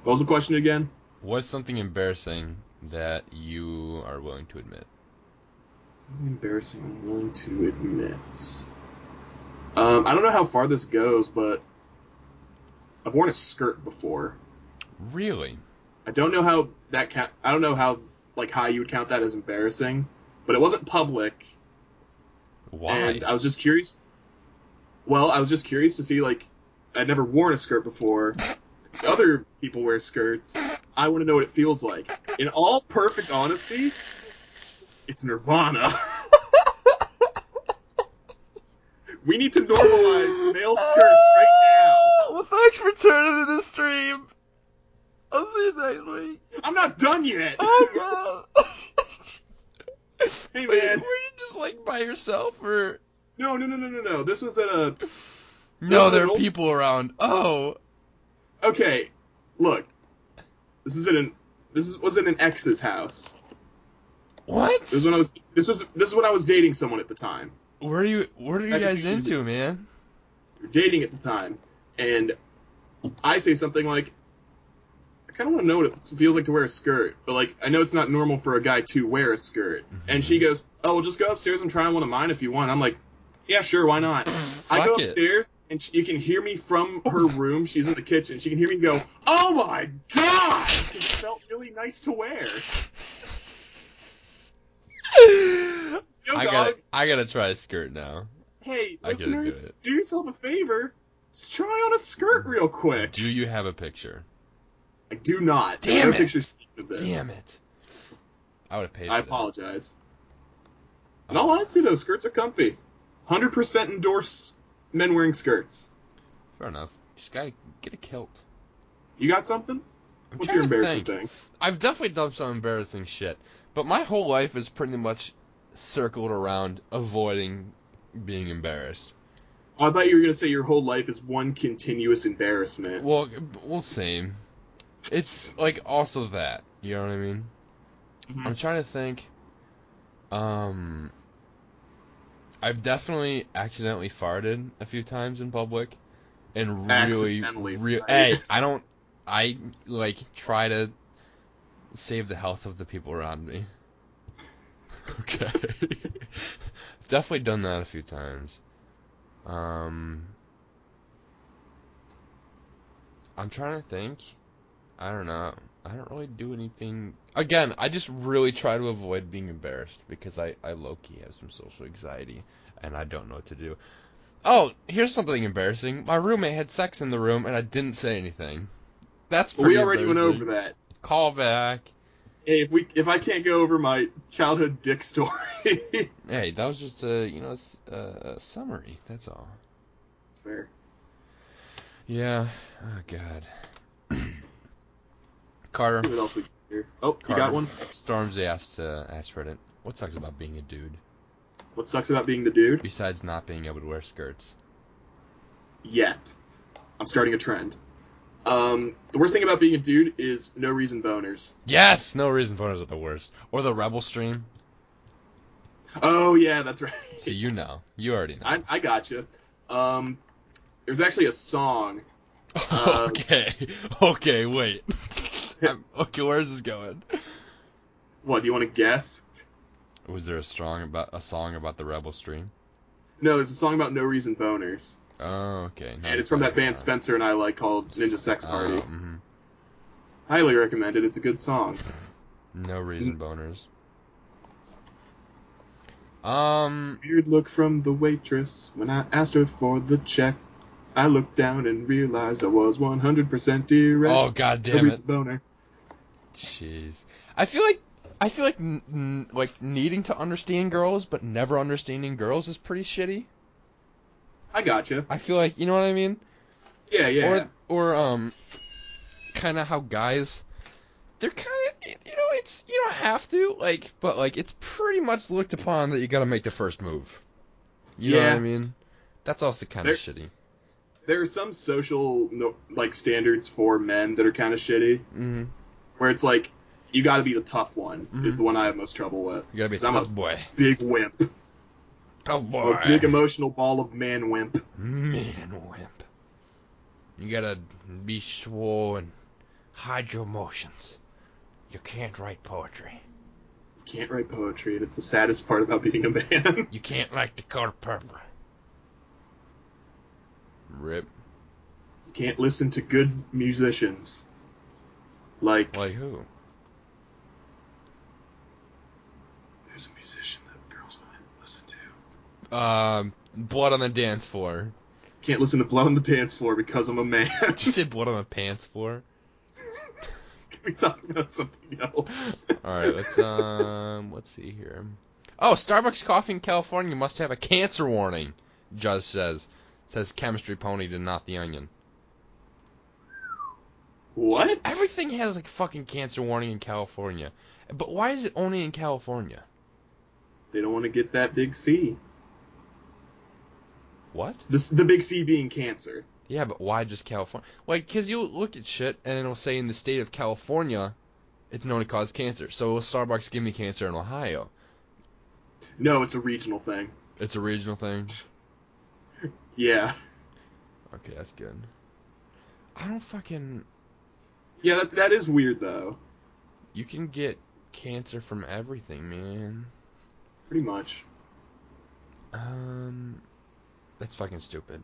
Speaker 1: what was the question again?
Speaker 2: What's something embarrassing that you are willing to admit?
Speaker 1: Something embarrassing I'm willing to admit. Um, I don't know how far this goes, but I've worn a skirt before.
Speaker 2: Really?
Speaker 1: I don't know how that count. I don't know how like how you would count that as embarrassing, but it wasn't public,
Speaker 2: Why?
Speaker 1: and I was just curious. Well, I was just curious to see like I'd never worn a skirt before. Other people wear skirts. I want to know what it feels like. In all perfect honesty, it's Nirvana. We need to normalize male skirts right
Speaker 2: Well, thanks for turning to this stream. I'll see you next week.
Speaker 1: now. I'm not done yet.
Speaker 2: Oh god.
Speaker 1: Hey
Speaker 2: Wait,
Speaker 1: man.
Speaker 2: were you just like by yourself or?
Speaker 1: No, no, no, no, no, no. This was at a
Speaker 2: No,
Speaker 1: There's
Speaker 2: there
Speaker 1: an
Speaker 2: are
Speaker 1: old-
Speaker 2: people around. Oh,
Speaker 1: okay. Look, this is at an this is, was at an ex's house.
Speaker 2: what?
Speaker 1: This is when I was this was this is when I was dating someone at the time.
Speaker 2: Where are you? What are you
Speaker 1: That could
Speaker 2: guys
Speaker 1: be easy.
Speaker 2: into, man?
Speaker 1: We were dating at the time, and I say something like, "I kind of want to know what it feels like to wear a skirt," but like I know it's not normal for a guy to wear a skirt. And she goes, "Oh, well, just go upstairs and try on one of mine if you want." I'm like, Yeah, sure, why not? I go
Speaker 2: Fuck it.
Speaker 1: upstairs and sh you can hear me from her room. She's in the kitchen. She can hear me go, "Oh my god!" It felt really nice to wear. Yo,
Speaker 2: I
Speaker 1: dog,
Speaker 2: gotta, I gotta try a skirt now.
Speaker 1: Hey,
Speaker 2: I gotta do
Speaker 1: listeners, do,
Speaker 2: it. Mm-hmm.
Speaker 1: yourself a favor. Just try on a skirt real quick.
Speaker 2: Do you have a picture?
Speaker 1: I do not.
Speaker 2: Damn
Speaker 1: no
Speaker 2: it.
Speaker 1: pictures of this.
Speaker 2: Damn it! I would have paid. For
Speaker 1: I
Speaker 2: that. Oh.
Speaker 1: apologize. In all honesty, though, skirts are comfy. 100% endorse men wearing skirts.
Speaker 2: Fair enough. Just gotta get a kilt.
Speaker 1: You got something?
Speaker 2: I'm
Speaker 1: What's
Speaker 2: trying
Speaker 1: your
Speaker 2: to
Speaker 1: embarrassing
Speaker 2: think.
Speaker 1: thing?
Speaker 2: I've definitely done some embarrassing shit, but my whole life is pretty much circled around avoiding being embarrassed.
Speaker 1: Oh, I thought you were going to say your whole life is one continuous embarrassment.
Speaker 2: Well, well, same. It's like also that. You know what I mean?
Speaker 1: Mhm.
Speaker 2: I'm trying to think. Um, I've definitely accidentally farted a few times in public, and really,
Speaker 1: Accidentally,
Speaker 2: real.
Speaker 1: right?
Speaker 2: Hey, I don't. I like try to save the health of the people around me. Okay. definitely done that a few times. Um, I'm trying to think. I don't know. I don't really do anything. Again, I just really try to avoid being embarrassed because I, I low key have some social anxiety and I don't know what to do. Oh, here's something embarrassing. My roommate had sex in the room and I didn't say anything. That's
Speaker 1: Well,
Speaker 2: pretty
Speaker 1: we already went over that.
Speaker 2: that. Call back.
Speaker 1: Hey, if we if I can't go over my childhood dick story, it's
Speaker 2: Hey, that was just a you know s- a, a summary. That's all.
Speaker 1: fair.
Speaker 2: Yeah. Oh God.
Speaker 1: Let's
Speaker 2: Carter.
Speaker 1: see what else we can hear. Oh, you
Speaker 2: Carter.
Speaker 1: got one.
Speaker 2: Storms asked uh, asked Reddit, "What sucks about being a dude
Speaker 1: What sucks about being the dude?
Speaker 2: besides not being able to wear skirts?"
Speaker 1: Yet, I'm starting a trend. Um, the worst thing about being a dude is no reason boners.
Speaker 2: Yes, no reason boners are the worst. Or the Rebel stream.
Speaker 1: Oh yeah, that's right.
Speaker 2: See, you know, you already know.
Speaker 1: I I gotcha. Um, there's actually a song. uh,
Speaker 2: okay, okay, wait. I'm- okay, where's this going?
Speaker 1: What do you want to guess?
Speaker 2: Was there a strong about a song about the Rebel stream?
Speaker 1: No, there's a song about no reason boners,
Speaker 2: Oh, okay. no,
Speaker 1: and it's from that band
Speaker 2: uh,
Speaker 1: Spencer and I like called Ninja Sex Party.
Speaker 2: uh, mhm.
Speaker 1: Highly recommended. It's a good song.
Speaker 2: No
Speaker 1: Mm-hmm.
Speaker 2: reason boners. Um,
Speaker 1: Weird look from the waitress when I asked her for the check. I looked down and realized I was 100% direct.
Speaker 2: Oh god
Speaker 1: no
Speaker 2: damn
Speaker 1: reason
Speaker 2: it!
Speaker 1: boner.
Speaker 2: Jeez, I feel like I feel like n- n- like needing to understand girls but never understanding girls is pretty shitty.
Speaker 1: I gotcha.
Speaker 2: I feel like you know what I mean.
Speaker 1: Yeah, yeah.
Speaker 2: Or or um, kind of how guys, they're kind of you know it's you don't have to like but like it's pretty much looked upon that you got to make the first move. You know what
Speaker 1: Yeah.
Speaker 2: I mean? That's also kind
Speaker 1: There-
Speaker 2: of shitty.
Speaker 1: there are some social no, like standards for men that are kind of shitty,
Speaker 2: Mm-hmm.
Speaker 1: where it's like you got to be the tough one is
Speaker 2: Mhm.
Speaker 1: the one I have most trouble with.
Speaker 2: You gotta be a
Speaker 1: 'Cause I'm a
Speaker 2: tough boy.
Speaker 1: big wimp,
Speaker 2: Tough
Speaker 1: I'm
Speaker 2: boy.
Speaker 1: a big emotional ball of man wimp.
Speaker 2: Man wimp. You gotta be swole and hide your emotions. You can't write poetry.
Speaker 1: Can't write poetry, and it's the saddest part about being a man.
Speaker 2: You can't like the color purple. Rip.
Speaker 1: Can't listen to good musicians. Like,
Speaker 2: Like who?
Speaker 1: there's a musician that girls want to listen to.
Speaker 2: Um, blood on the dance floor.
Speaker 1: Can't listen to Blood on the Dance Floor because I'm a man.
Speaker 2: Did you say blood on the pants floor?
Speaker 1: Can we talk about something else?
Speaker 2: Alright, let's, um, let's see here. Oh, Starbucks coffee in California must have a cancer warning, Judge says. Says chemistry pony to not the onion.
Speaker 1: What?
Speaker 2: Everything has like fucking cancer warning in California, but why is it only in California?
Speaker 1: They don't want to get that big C.
Speaker 2: What?
Speaker 1: This, the big C being cancer.
Speaker 2: Yeah, but why just California? Like, cause you look at shit and it'll say in the state of California, it's known to cause cancer. So will Starbucks give me cancer in Ohio?
Speaker 1: No, it's a regional thing.
Speaker 2: It's a regional thing.
Speaker 1: Yeah.
Speaker 2: Okay, that's good. I don't fucking.
Speaker 1: Yeah, that, that is weird, though.
Speaker 2: You can get cancer from everything, man.
Speaker 1: Pretty much.
Speaker 2: Um, that's fucking stupid.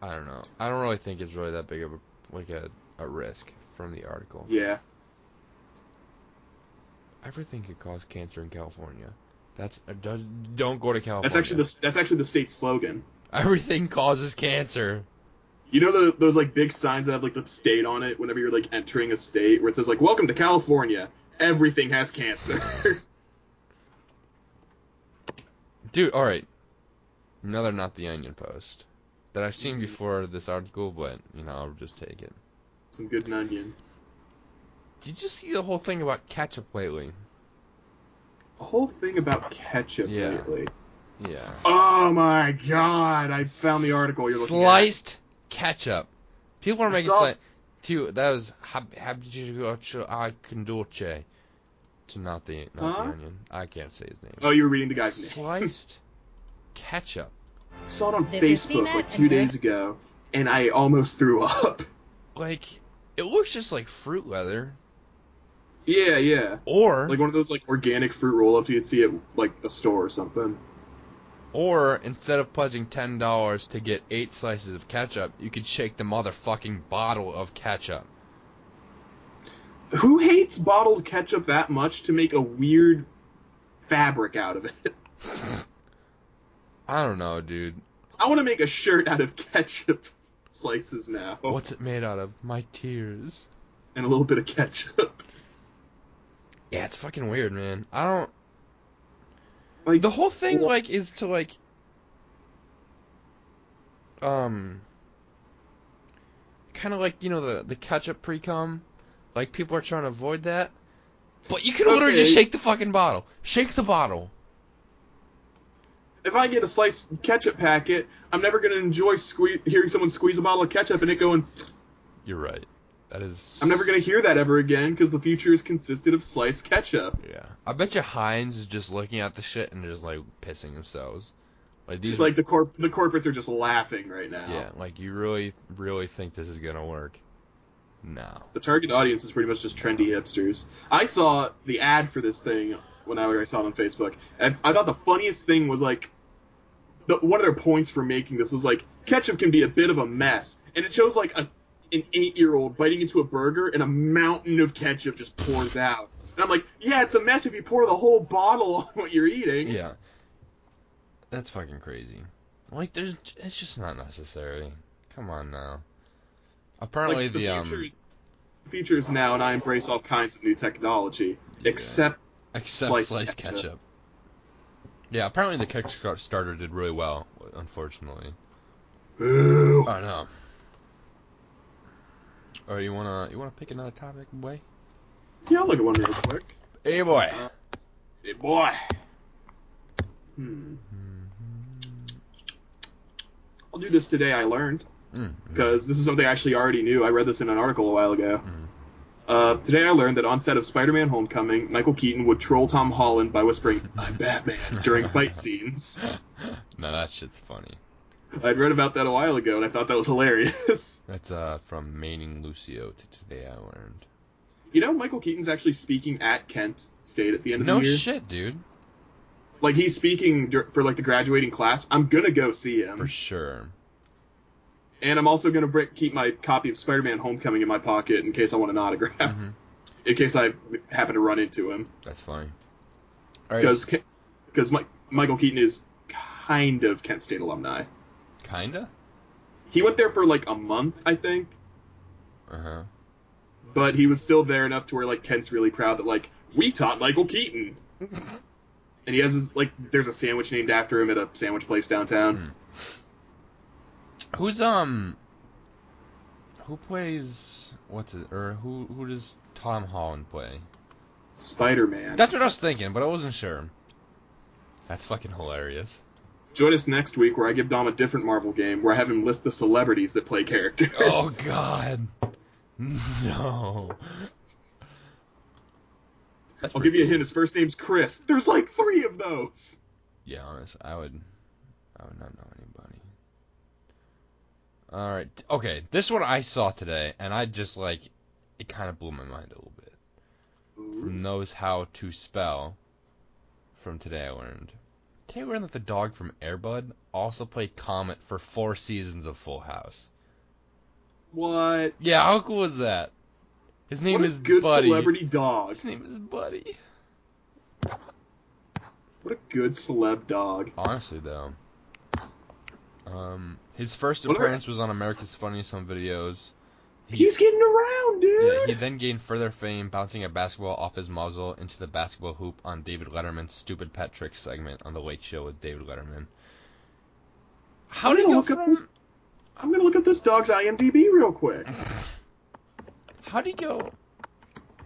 Speaker 2: I don't know. I don't really think it's really that big of a like a, a risk from the article.
Speaker 1: Yeah.
Speaker 2: Everything could cause cancer in California. That's uh, does, don't go to California.
Speaker 1: That's actually the that's actually the state's slogan.
Speaker 2: everything causes cancer.
Speaker 1: You know the, those like big signs that have like the state on it whenever you're like entering a state where it says like "Welcome to California." Everything has cancer.
Speaker 2: Dude, all right. Another not the onion post that I've seen before this article, but you know I'll just take it.
Speaker 1: Some good onion.
Speaker 2: Did you see the whole thing about ketchup lately?
Speaker 1: The whole thing about ketchup
Speaker 2: Yeah.
Speaker 1: lately.
Speaker 2: Yeah.
Speaker 1: Oh my god! I found the article you're looking at.
Speaker 2: sliced ketchup. People
Speaker 1: I
Speaker 2: want to make it
Speaker 1: saw-
Speaker 2: sliced. Dude, that was hab- habituacho a condolce to not the not
Speaker 1: Huh?
Speaker 2: the onion. I can't say his name.
Speaker 1: Oh, you were reading the guy's name.
Speaker 2: Sliced ketchup.
Speaker 1: saw it on
Speaker 3: This is
Speaker 1: Facebook
Speaker 3: CNET,
Speaker 1: like
Speaker 3: and
Speaker 1: two
Speaker 3: you're-
Speaker 1: days ago, and I almost threw up.
Speaker 2: Like it looks just like fruit leather,
Speaker 1: Yeah, yeah.
Speaker 2: or
Speaker 1: Like one of those like organic fruit roll-ups you'd see at like a store or something.
Speaker 2: or instead of pledging ten dollars to get eight slices of ketchup, you could shake the motherfucking bottle of ketchup.
Speaker 1: Who hates bottled ketchup that much to make a weird fabric out of it?
Speaker 2: I don't know, dude.
Speaker 1: I want to make a shirt out of ketchup slices now,
Speaker 2: What's it made out of? My tears.
Speaker 1: and a little bit of ketchup.
Speaker 2: Yeah, it's fucking weird, man. I don't.
Speaker 1: Like
Speaker 2: the whole thing
Speaker 1: Well-
Speaker 2: like is to like um kind of like you know the the ketchup pre-cum like people are trying to avoid that but you can literally just
Speaker 1: Okay.
Speaker 2: shake the fucking bottle shake the bottle
Speaker 1: if I get a sliced ketchup packet, I'm never gonna enjoy sque- hearing someone squeeze a bottle of ketchup and it going.
Speaker 2: you're right that is
Speaker 1: I'm never gonna hear that ever again because the future is consisted of sliced ketchup.
Speaker 2: yeah i bet you heinz is just looking at the shit and just like pissing themselves like these
Speaker 1: Like the corp, the corporates are just laughing right now.
Speaker 2: yeah like you really really think this is gonna work no
Speaker 1: The target audience is pretty much just trendy hipsters. I saw the ad for this thing when I, I saw it on Facebook, and I thought the funniest thing was like, the, one of their points for making this was like ketchup can be a bit of a mess, and it shows like a, an eight year old biting into a burger and a mountain of ketchup just pours out. And I'm like, yeah, it's a mess if you pour the whole bottle on what you're eating.
Speaker 2: Yeah. That's fucking crazy. Like there's it's just not necessary. Come on now.
Speaker 1: Like,
Speaker 2: Apparently
Speaker 1: the,
Speaker 2: the,
Speaker 1: future
Speaker 2: um
Speaker 1: is, the future is now, and I embrace all kinds of new technology,
Speaker 2: Yeah.
Speaker 1: except
Speaker 2: except sliced,
Speaker 1: sliced
Speaker 2: ketchup.
Speaker 1: ketchup.
Speaker 2: Yeah, apparently the ketchup starter did really well, unfortunately.
Speaker 1: boo.
Speaker 2: I know. Or you wanna you wanna pick another topic, boy?
Speaker 1: Yeah, I'll look at one real quick.
Speaker 2: Hey boy.
Speaker 1: Uh, Hey, boy. Hmm.
Speaker 2: Mm-hmm.
Speaker 1: I'll do this today. I learned
Speaker 2: Mm.
Speaker 1: because this is something I actually already knew. I read this in an article a while ago.
Speaker 2: Mhm.
Speaker 1: Uh, today I learned that on set of Spider-Man: Homecoming, Michael Keaton would troll Tom Holland by whispering "I'm Batman" during fight scenes.
Speaker 2: no, that shit's funny.
Speaker 1: I'd read about that a while ago, and I thought that was hilarious.
Speaker 2: That's uh from Maining Lucio to today I learned.
Speaker 1: You know, Michael Keaton's actually speaking at Kent State at the end of
Speaker 2: No
Speaker 1: the year.
Speaker 2: shit, dude.
Speaker 1: like he's speaking dur- for like the graduating class. I'm gonna go see him.
Speaker 2: For sure.
Speaker 1: And I'm also going to keep my copy of Spider-Man: Homecoming in my pocket in case I want an autograph,
Speaker 2: Mhm.
Speaker 1: in case I happen to run into him,
Speaker 2: That's funny. All right,
Speaker 1: because because Michael Keaton is kind of Kent State alumni.
Speaker 2: kinda.
Speaker 1: He went there for like a month, I think,
Speaker 2: Uh huh.
Speaker 1: but he was still there enough to where like Kent's really proud that like we taught Michael Keaton, and he has his like there's a sandwich named after him at a sandwich place downtown.
Speaker 2: Hmm. Who's um? Who plays what's it or who who does Tom Holland play?
Speaker 1: Spider-Man.
Speaker 2: That's what I was thinking, but I wasn't sure. That's fucking hilarious.
Speaker 1: Join us next week where I give Dom a different Marvel game where I have him list the celebrities that play characters.
Speaker 2: Oh God, no. That's
Speaker 1: I'll
Speaker 2: pretty
Speaker 1: give you a
Speaker 2: cool.
Speaker 1: hint. His first name's Chris. There's like three of those.
Speaker 2: Yeah, honest, I would, I would not know anybody. All right, okay. This one I saw today, and I just like, it kind of blew my mind a little bit. From knows how to spell, from today I learned. Can't we that the dog from Airbud also played Comet for four seasons of Full House?
Speaker 1: What?
Speaker 2: Yeah, how cool is that? His name
Speaker 1: what a
Speaker 2: is
Speaker 1: good
Speaker 2: Buddy.
Speaker 1: celebrity dog.
Speaker 2: His name is Buddy.
Speaker 1: What a good celeb dog.
Speaker 2: Honestly, though, um, his first
Speaker 1: What are-
Speaker 2: appearance was on America's Funniest Home Videos.
Speaker 1: He's getting around, dude.
Speaker 2: Yeah, he then gained further fame bouncing a basketball off his muzzle into the basketball hoop on David Letterman's Stupid Pet Trick segment on The Late Show with David Letterman. How
Speaker 1: I'm
Speaker 2: did he
Speaker 1: gonna
Speaker 2: go
Speaker 1: look up
Speaker 2: from
Speaker 1: this- I'm gonna look up this dog's IMDb real quick.
Speaker 2: How do you go?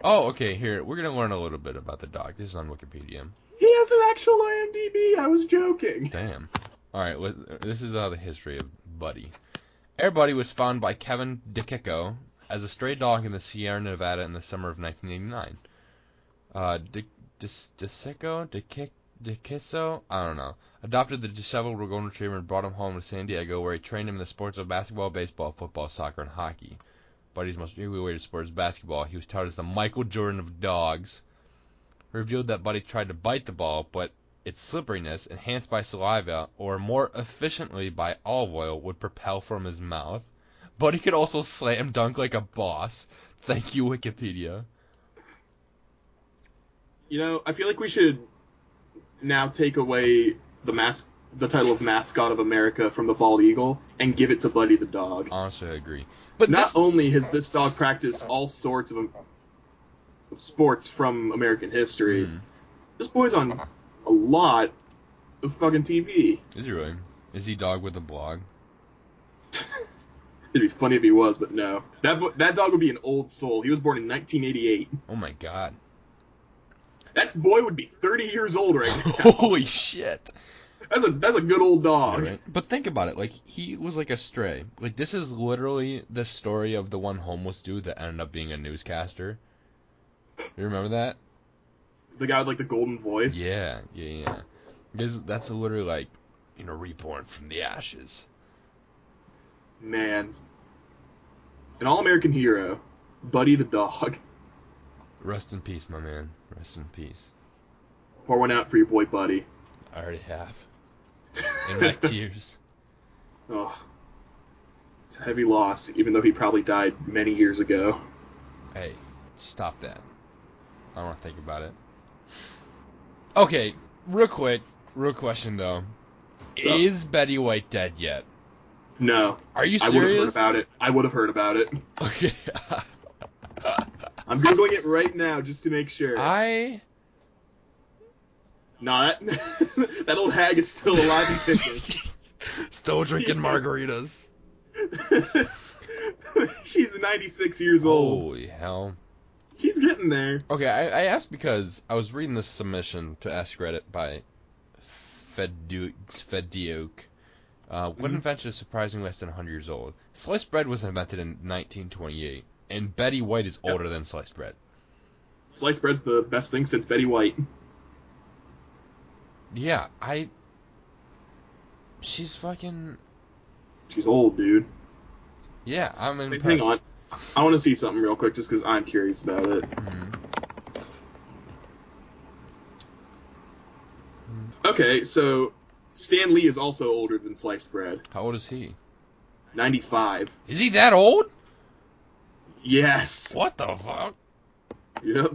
Speaker 2: Oh, okay. Here we're gonna learn a little bit about the dog. This is on Wikipedia.
Speaker 1: He has an actual IMDb. I was joking.
Speaker 2: Damn. All right. With, this is uh, the history of Buddy. Air Buddy was found by Kevin DeKicko as a stray dog in the Sierra Nevada in the summer of 1989. Uh, De- Dis- DeSico, DeKick, DeKisso, I don't know. Adopted the disheveled golden retriever and brought him home to San Diego, where he trained him in the sports of basketball, baseball, football, soccer, and hockey. Buddy's most eagerly awaited sport is basketball. He was touted as the Michael Jordan of dogs. Revealed that Buddy tried to bite the ball, but its slipperiness, enhanced by saliva or more efficiently by olive oil, would propel from his mouth. Buddy could also slam dunk like a boss. Thank you, Wikipedia.
Speaker 1: You know, I feel like we should now take away the mas- the title of mascot of America from the bald eagle and give it to Buddy the dog.
Speaker 2: Honestly, I agree. But
Speaker 1: Not
Speaker 2: this,
Speaker 1: only has this dog practiced all sorts of, of sports from American history,
Speaker 2: Hmm,
Speaker 1: this boy's on a lot of fucking TV.
Speaker 2: is he really? Is he dog with a blog?
Speaker 1: It'd be funny if he was, but no. That bo- that dog would be an old soul. He was born in 1988.
Speaker 2: Oh my god.
Speaker 1: That boy would be 30 years old right now.
Speaker 2: Holy shit.
Speaker 1: That's a that's a good old dog.
Speaker 2: Alright. But think about it. Like he was like a stray. Like this is literally the story of the one homeless dude that ended up being a newscaster. You remember that?
Speaker 1: The guy with like the golden voice.
Speaker 2: Yeah, yeah, yeah. Because that's literally like, you know, reborn from the ashes.
Speaker 1: Man. An all American hero, Buddy the dog.
Speaker 2: Rest in peace, my man. Rest in peace.
Speaker 1: Pour one out for your boy Buddy.
Speaker 2: I already have. In my tears.
Speaker 1: oh. It's a heavy loss, even though he probably died many years ago.
Speaker 2: Hey, stop that. I don't want to think about it. Okay, real quick, real question though.
Speaker 1: What's up?
Speaker 2: Is Betty White dead yet?
Speaker 1: No.
Speaker 2: Are you
Speaker 1: I would have heard
Speaker 2: serious?
Speaker 1: about it. I would have heard about it.
Speaker 2: Okay.
Speaker 1: Uh, I'm Googling it right now just to make sure.
Speaker 2: I
Speaker 1: Not that, that old hag is still alive and kicking.
Speaker 2: still drinking
Speaker 1: Yes.
Speaker 2: margaritas.
Speaker 1: She's 96 years
Speaker 2: Oh.
Speaker 1: old.
Speaker 2: Holy hell.
Speaker 1: She's getting there.
Speaker 2: Okay, I, I asked because I was reading this submission to Ask Reddit by Fedu- Fedioke. Uh, what
Speaker 1: Mhm.
Speaker 2: invention is surprisingly less than 100 years old? Sliced bread was invented in 1928, and Betty White is
Speaker 1: Yep.
Speaker 2: older than sliced bread.
Speaker 1: Sliced bread's the best thing since Betty White.
Speaker 2: Yeah, I. She's fucking.
Speaker 1: She's old, dude.
Speaker 2: Yeah, I'm
Speaker 1: Wait,
Speaker 2: impressed.
Speaker 1: hang on. I want to see something real quick just because I'm curious about it.
Speaker 2: Mhm. Mm-hmm.
Speaker 1: Okay, so Stan Lee is also older than sliced bread.
Speaker 2: How old is he?
Speaker 1: 95.
Speaker 2: Is he that old?
Speaker 1: Yes.
Speaker 2: What the fuck?
Speaker 1: Yep.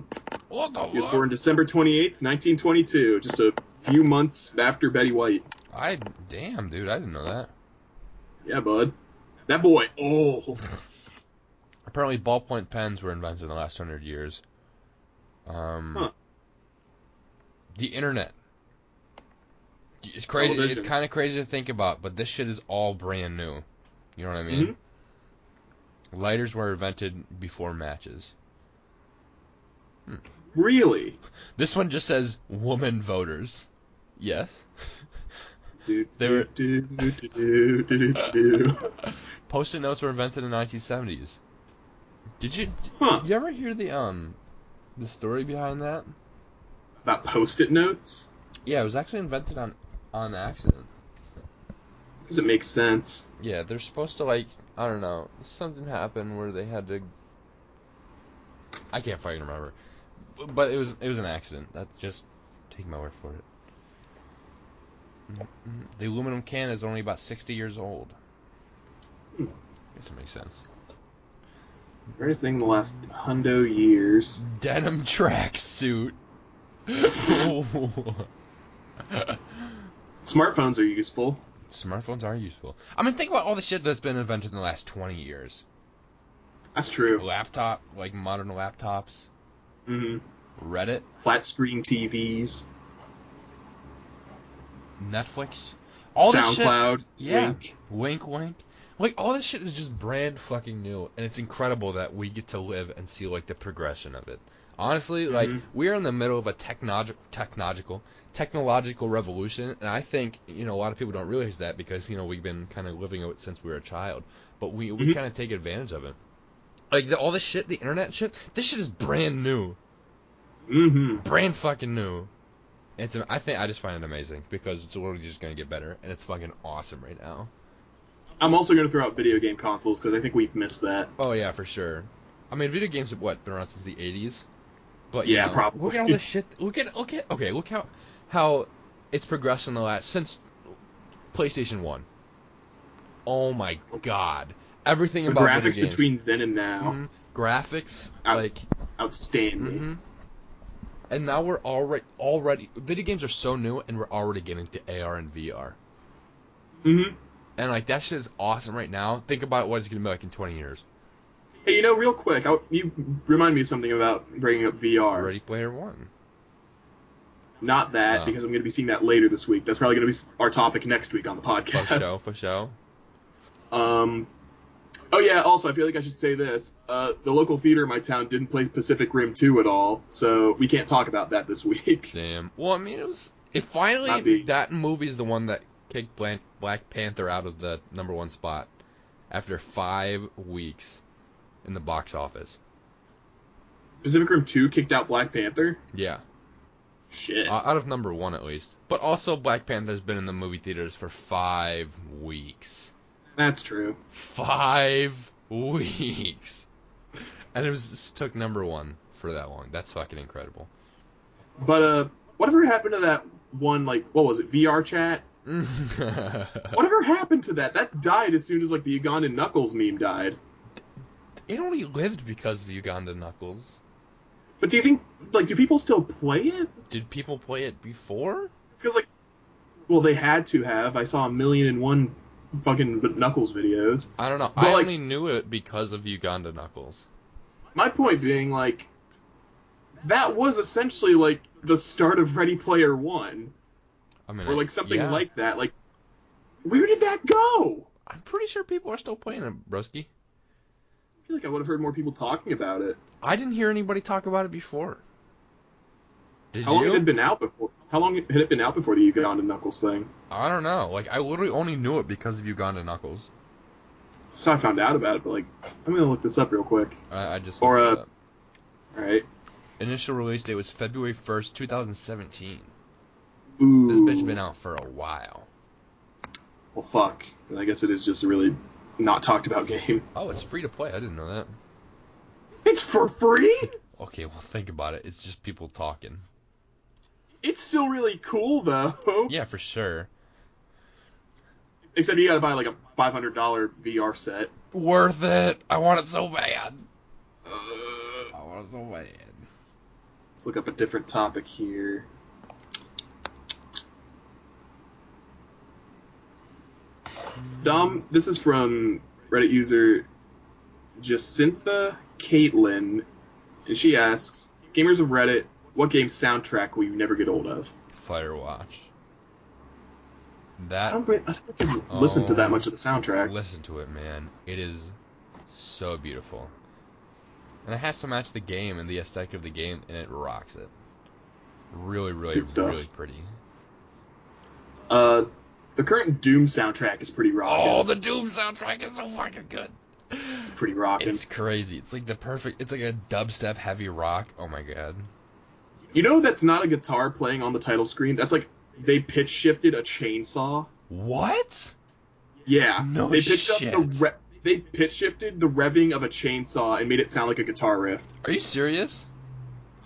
Speaker 2: What the
Speaker 1: He was
Speaker 2: fuck?
Speaker 1: born December 28th, 1922, just a few months after Betty White.
Speaker 2: I. Damn, dude, I didn't know that.
Speaker 1: Yeah, bud. That boy old.
Speaker 2: Apparently, ballpoint pens were invented in the last hundred years. Um,
Speaker 1: Huh.
Speaker 2: The internet. It's crazy.
Speaker 1: Television.
Speaker 2: It's kind of crazy to think about, but this shit is all brand new. You know what I mean?
Speaker 1: Mm-hmm.
Speaker 2: Lighters were invented before matches.
Speaker 1: Really?
Speaker 2: This one just says woman voters. Yes.
Speaker 1: Do,
Speaker 2: They were-
Speaker 1: do, do, do, do, do, do.
Speaker 2: Post-it notes were invented in the 1970s. Did you
Speaker 1: Huh.
Speaker 2: you ever hear the um the story behind that?
Speaker 1: About post-it notes?
Speaker 2: Yeah, it was actually invented on on accident.
Speaker 1: Does it make sense?
Speaker 2: Yeah, they're supposed to like I don't know something happened where they had to. I can't fucking remember, B- but it was it was an accident. That's just take my word for it. The aluminum can is only about 60 years old.
Speaker 1: Hmm.
Speaker 2: I guess it makes sense.
Speaker 1: Greatest thing in the last hundo years.
Speaker 2: Denim tracksuit.
Speaker 1: Smartphones are useful.
Speaker 2: Smartphones are useful. I mean, think about all the shit that's been invented in the last 20 years.
Speaker 1: That's true.
Speaker 2: Laptop, like modern laptops,
Speaker 1: hmm
Speaker 2: Reddit,
Speaker 1: Flat screen TVs,
Speaker 2: Netflix, all this shit.
Speaker 1: SoundCloud,
Speaker 2: Yeah.
Speaker 1: Wink.
Speaker 2: Wink, wink. Like all this shit is just brand fucking new, and it's incredible that we get to live and see like the progression of it. Honestly, like
Speaker 1: Mhm.
Speaker 2: we're in the middle of a technological, technological, technological revolution, and I think you know a lot of people don't realize that because you know we've been kind of living it since we were a child, but we we
Speaker 1: Mhm.
Speaker 2: kind of take advantage of it. Like the, all this shit, the internet shit, this shit is brand new,
Speaker 1: hmm
Speaker 2: brand fucking new. It's I think I just find it amazing because it's literally just gonna get better, and it's fucking awesome right now.
Speaker 1: I'm also going to throw out video game consoles because I think we've missed that.
Speaker 2: Oh yeah, for sure. I mean, video games have what been around since the '80s, but
Speaker 1: Yeah,
Speaker 2: you know,
Speaker 1: probably.
Speaker 2: Look at all this shit. Look at look at okay. Look how how it's progressed in the last since PlayStation One. Oh my God! Everything
Speaker 1: The
Speaker 2: about
Speaker 1: graphics
Speaker 2: video games.
Speaker 1: between then and now,
Speaker 2: Mhm. graphics
Speaker 1: Out-
Speaker 2: like
Speaker 1: outstanding.
Speaker 2: hmm and now we're already already video games are so new and we're already getting to AR and VR Mm-hmm.
Speaker 1: Mhm.
Speaker 2: and like that shit is awesome right now. Think about what it's gonna be like in 20 years.
Speaker 1: Hey, you know, real quick, I, you remind me of something about bringing up VR.
Speaker 2: Ready Player One.
Speaker 1: Not that,
Speaker 2: Oh.
Speaker 1: because I'm going to be seeing that later this week. That's probably going to be s- our topic next week on the
Speaker 2: For
Speaker 1: podcast.
Speaker 2: show, for show.
Speaker 1: Um, oh yeah. Also, I feel like I should say this. Uh, the local theater in my town didn't play Pacific Rim 2 at all, so we can't talk about that this week.
Speaker 2: Damn. Well, I mean, it was. It
Speaker 1: Not
Speaker 2: finally
Speaker 1: the-
Speaker 2: that movie's the one that kicked Black, Black Panther out of the number one spot after five weeks in the box office.
Speaker 1: Pacific Rim 2 kicked out Black Panther.
Speaker 2: Yeah,
Speaker 1: Shit.
Speaker 2: uh, out of number one at least. But also, Black Panther's been in the movie theaters for five weeks.
Speaker 1: That's true.
Speaker 2: Five weeks, and it was just took number one for that long. That's fucking incredible.
Speaker 1: But uh, whatever happened to that one? Like, what was it? VR chat. Whatever happened to that? That died as soon as like the Ugandan Knuckles meme died.
Speaker 2: it only lived because of Uganda Knuckles.
Speaker 1: But do you think like do people still play it?
Speaker 2: Did people play it before?
Speaker 1: Because like, well, they had to have. I saw a million and one fucking Knuckles videos.
Speaker 2: I don't know.
Speaker 1: But,
Speaker 2: I
Speaker 1: like-
Speaker 2: only knew it because of Uganda Knuckles.
Speaker 1: My point being, like, that was essentially like the start of Ready Player One,
Speaker 2: I mean,
Speaker 1: or
Speaker 2: I-
Speaker 1: like something
Speaker 2: yeah.
Speaker 1: like that. Like, where did that go?
Speaker 2: I'm pretty sure people are still playing it, broski.
Speaker 1: I feel like I would have heard more people talking about it.
Speaker 2: I didn't hear anybody talk about it before. Did
Speaker 1: How long
Speaker 2: you?
Speaker 1: had it been out before? How long had it been out before the Uganda Knuckles thing?
Speaker 2: I don't know. Like I literally only knew it because of Uganda Knuckles.
Speaker 1: That's how I found out about it. But like, I'm gonna look this up real quick.
Speaker 2: I, I just
Speaker 1: Or,
Speaker 2: looked it
Speaker 1: uh,
Speaker 2: up.
Speaker 1: All right.
Speaker 2: initial release date was February 1st, 2017.
Speaker 1: Ooh.
Speaker 2: This bitch been out for a while.
Speaker 1: Well, fuck. And I guess it is just a really not talked about game.
Speaker 2: Oh, it's free to play. I didn't know that.
Speaker 1: It's for free.
Speaker 2: Okay, well think about it. It's just people talking.
Speaker 1: It's still really cool though.
Speaker 2: Yeah, for sure.
Speaker 1: Except you gotta buy like a five hundred dollar VR set.
Speaker 2: Worth it. I want it so bad.
Speaker 1: Uh,
Speaker 2: I want it so bad.
Speaker 1: Let's look up a different topic here. Dom, this is from Reddit user Jacintha Caitlin, and she asks Gamers of Reddit, what game soundtrack will you never get old of?
Speaker 2: Firewatch.
Speaker 1: I
Speaker 2: That
Speaker 1: don't, really- I don't think I've listened to
Speaker 2: Oh.
Speaker 1: that much of the soundtrack.
Speaker 2: listen to it, man. It is so beautiful, and it has to match the game and the aesthetic of the game, and it rocks it. Really, really,
Speaker 1: good stuff.
Speaker 2: really pretty.
Speaker 1: Uh, the current Doom soundtrack is pretty rocking.
Speaker 2: Oh, the Doom soundtrack is so fucking good.
Speaker 1: it's pretty rocking.
Speaker 2: It's crazy. It's like the perfect. It's like a dubstep heavy rock. Oh my god.
Speaker 1: You know that's not a guitar playing on the title screen. That's like they pitch shifted a chainsaw.
Speaker 2: What?
Speaker 1: Yeah,
Speaker 2: No
Speaker 1: they pitched
Speaker 2: shit.
Speaker 1: up the re- they pitch shifted the revving of a chainsaw and made it sound like a guitar riff.
Speaker 2: Are you serious?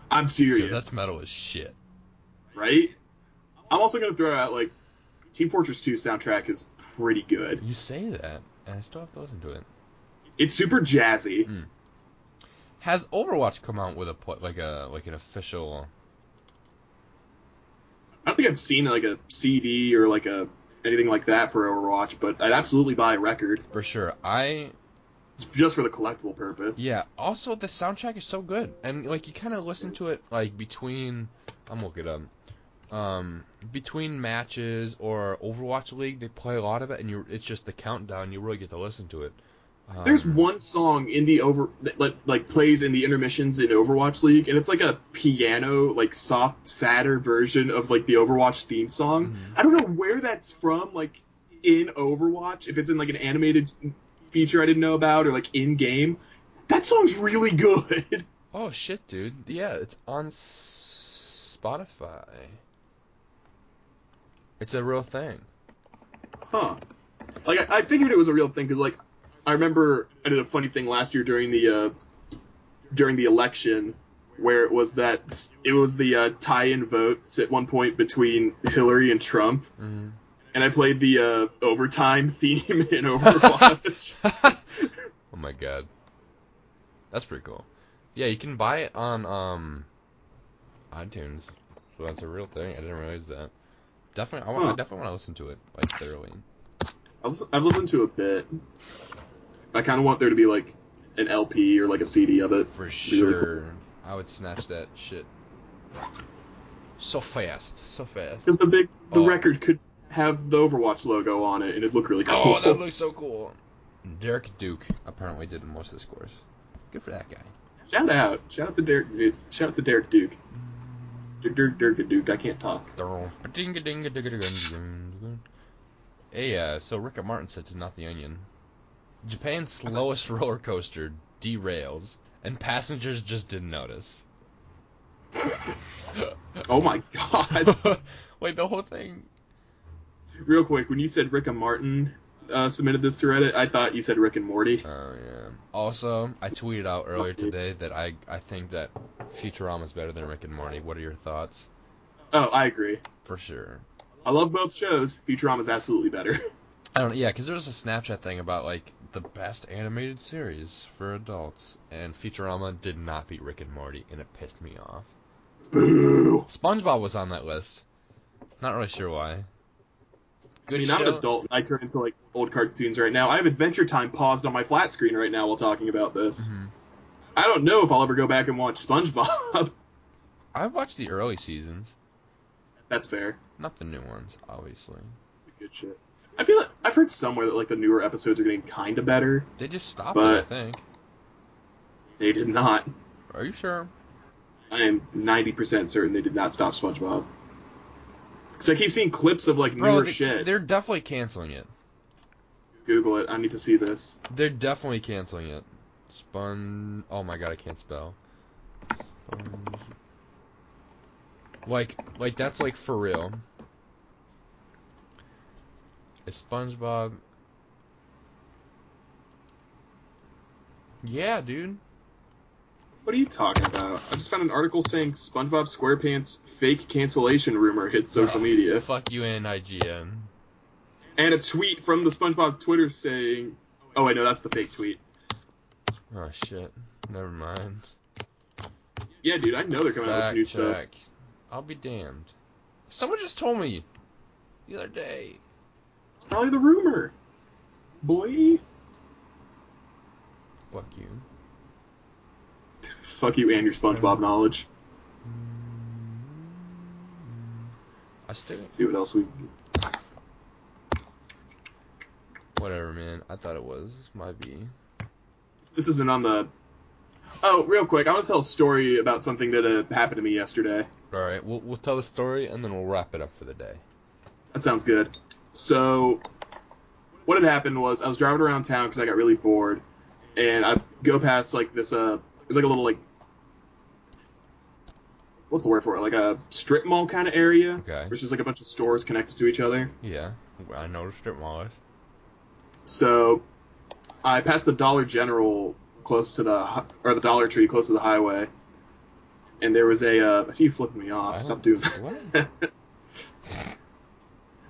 Speaker 1: I'm
Speaker 2: Dude,
Speaker 1: serious,
Speaker 2: that's metal as shit.
Speaker 1: right? I'm also gonna throw out like Team Fortress 2 soundtrack is pretty good.
Speaker 2: You say that, and I still have to listen to it.
Speaker 1: It's super jazzy.
Speaker 2: Has Overwatch come out with a pl- like a like an official?
Speaker 1: I don't think I've seen like a CD or like a anything like that for Overwatch, but I'd absolutely buy a record
Speaker 2: For sure. I
Speaker 1: It's just for the collectible purpose.
Speaker 2: Yeah. Also, the soundtrack is so good, and like you kind of listen to it like between. I'm looking up. Um, between matches or Overwatch League, they play a lot of it, and you it's just the countdown. You really get to listen to it. Um,
Speaker 1: There's one song in the over that like, like plays in the intermissions in Overwatch League, and it's like a piano, like soft, sadder version of like the Overwatch theme song. I don't know where that's from, like in Overwatch, if it's in like an animated feature I didn't know about, or like in game. That song's really good.
Speaker 2: Oh shit, dude! Yeah, it's on S- Spotify. It's a real thing.
Speaker 1: Huh. Like I, I figured it was a real thing because like I remember I did a funny thing last year during the uh, during the election where it was that it was the uh, tie-in votes at one point between Hillary and Trump,
Speaker 2: Mhm.
Speaker 1: and I played the uh, overtime theme in Overwatch.
Speaker 2: Oh my god, that's pretty cool. Yeah, you can buy it on um iTunes, so that's a real thing. I didn't realize that. Definitely, I, want, I
Speaker 1: Huh.
Speaker 2: definitely want to listen to it like thoroughly.
Speaker 1: I've, lis- I've listened to a bit. I kind of want there to be like an LP or like a CD of it.
Speaker 2: For
Speaker 1: Be really cool.
Speaker 2: sure. I would snatch that shit. So fast. So fast.
Speaker 1: Because the big the
Speaker 2: Oh.
Speaker 1: record could have the Overwatch logo on it, and it'd look really cool.
Speaker 2: Oh, that looks so cool. Derek Duke apparently did most of the scores. Good for that guy.
Speaker 1: Shout out. Shout out the Derek shout out the Derek Duke. Dirk Dirk Dirk Duke. I can't talk.
Speaker 2: Hey, uh, so Rick and Martin said to Not the Onion Japan's slowest roller coaster derails, and passengers just didn't notice.
Speaker 1: Oh my god.
Speaker 2: Wait, the whole thing.
Speaker 1: Real quick, when you said Rick and Martin uh, submitted this to Reddit, I thought you said Rick and Morty.
Speaker 2: Oh yeah. Also, I tweeted out earlier today that I I think that Futurama is better than Rick and Morty. What are your thoughts?
Speaker 1: Oh, I agree.
Speaker 2: For sure.
Speaker 1: I love both shows. Futurama's absolutely better.
Speaker 2: I don't. Yeah, because there was a Snapchat thing about like the best animated series for adults, and Futurama did not beat Rick and Morty, and it pissed me off.
Speaker 1: Boo.
Speaker 2: SpongeBob was on that list. Not really sure why.
Speaker 1: I
Speaker 2: Good
Speaker 1: mean,
Speaker 2: show.
Speaker 1: I'm an adult, and I turn into like old cartoons right now. I have Adventure Time paused on my flat screen right now while talking about this.
Speaker 2: Mhm.
Speaker 1: I don't know if I'll ever go back and watch SpongeBob.
Speaker 2: I watched the early seasons,
Speaker 1: That's fair.
Speaker 2: not the new ones, obviously.
Speaker 1: Good shit. I feel like, I've heard somewhere that like the newer episodes are getting kind of better.
Speaker 2: They just stopped. it, I
Speaker 1: But-
Speaker 2: think.
Speaker 1: They did not.
Speaker 2: Are you sure?
Speaker 1: I am 90% certain they did not stop SpongeBob. Because I keep seeing clips of like
Speaker 2: Bro,
Speaker 1: newer
Speaker 2: they,
Speaker 1: shit.
Speaker 2: they're definitely canceling it.
Speaker 1: Google it. I need to see this.
Speaker 2: They're definitely canceling it. Spun. Oh my god, I can't spell. Sponge- Like, like that's like for real. It's SpongeBob. Yeah, dude.
Speaker 1: What are you talking about? I just found an article saying SpongeBob SquarePants fake cancellation rumor hits social media,
Speaker 2: Fuck you and IGN.
Speaker 1: and a tweet from the SpongeBob Twitter saying, "Oh, I know that's the fake tweet."
Speaker 2: Oh shit. Never mind.
Speaker 1: Yeah, dude, I know they're coming out with
Speaker 2: Fact
Speaker 1: new stuff.
Speaker 2: check. I'll be damned. Someone just told me the other day.
Speaker 1: It's probably the rumor, boy.
Speaker 2: Fuck you.
Speaker 1: Fuck you and your SpongeBob knowledge.
Speaker 2: I still
Speaker 1: Let's see what else we.
Speaker 2: Whatever, man. I thought it was. Might be.
Speaker 1: This isn't on the. Oh, real quick, I want to tell a story about something that uh, happened to me yesterday.
Speaker 2: All right, we'll we'll tell the story and then we'll wrap it up for the day.
Speaker 1: That sounds good. So, what had happened was I was driving around town because I got really bored, and I go past like this uh, it's like a little like, what's the word for it? Like a strip mall kind of area,
Speaker 2: Okay.
Speaker 1: which is like a bunch of stores connected to each other.
Speaker 2: Yeah, I know the strip mall is.
Speaker 1: So, I passed the Dollar General close to the hi- or the Dollar Tree close to the highway, and there was a. Uh, I see you flipping me
Speaker 2: I
Speaker 1: off. Stop doing.
Speaker 2: don't- what?
Speaker 1: that.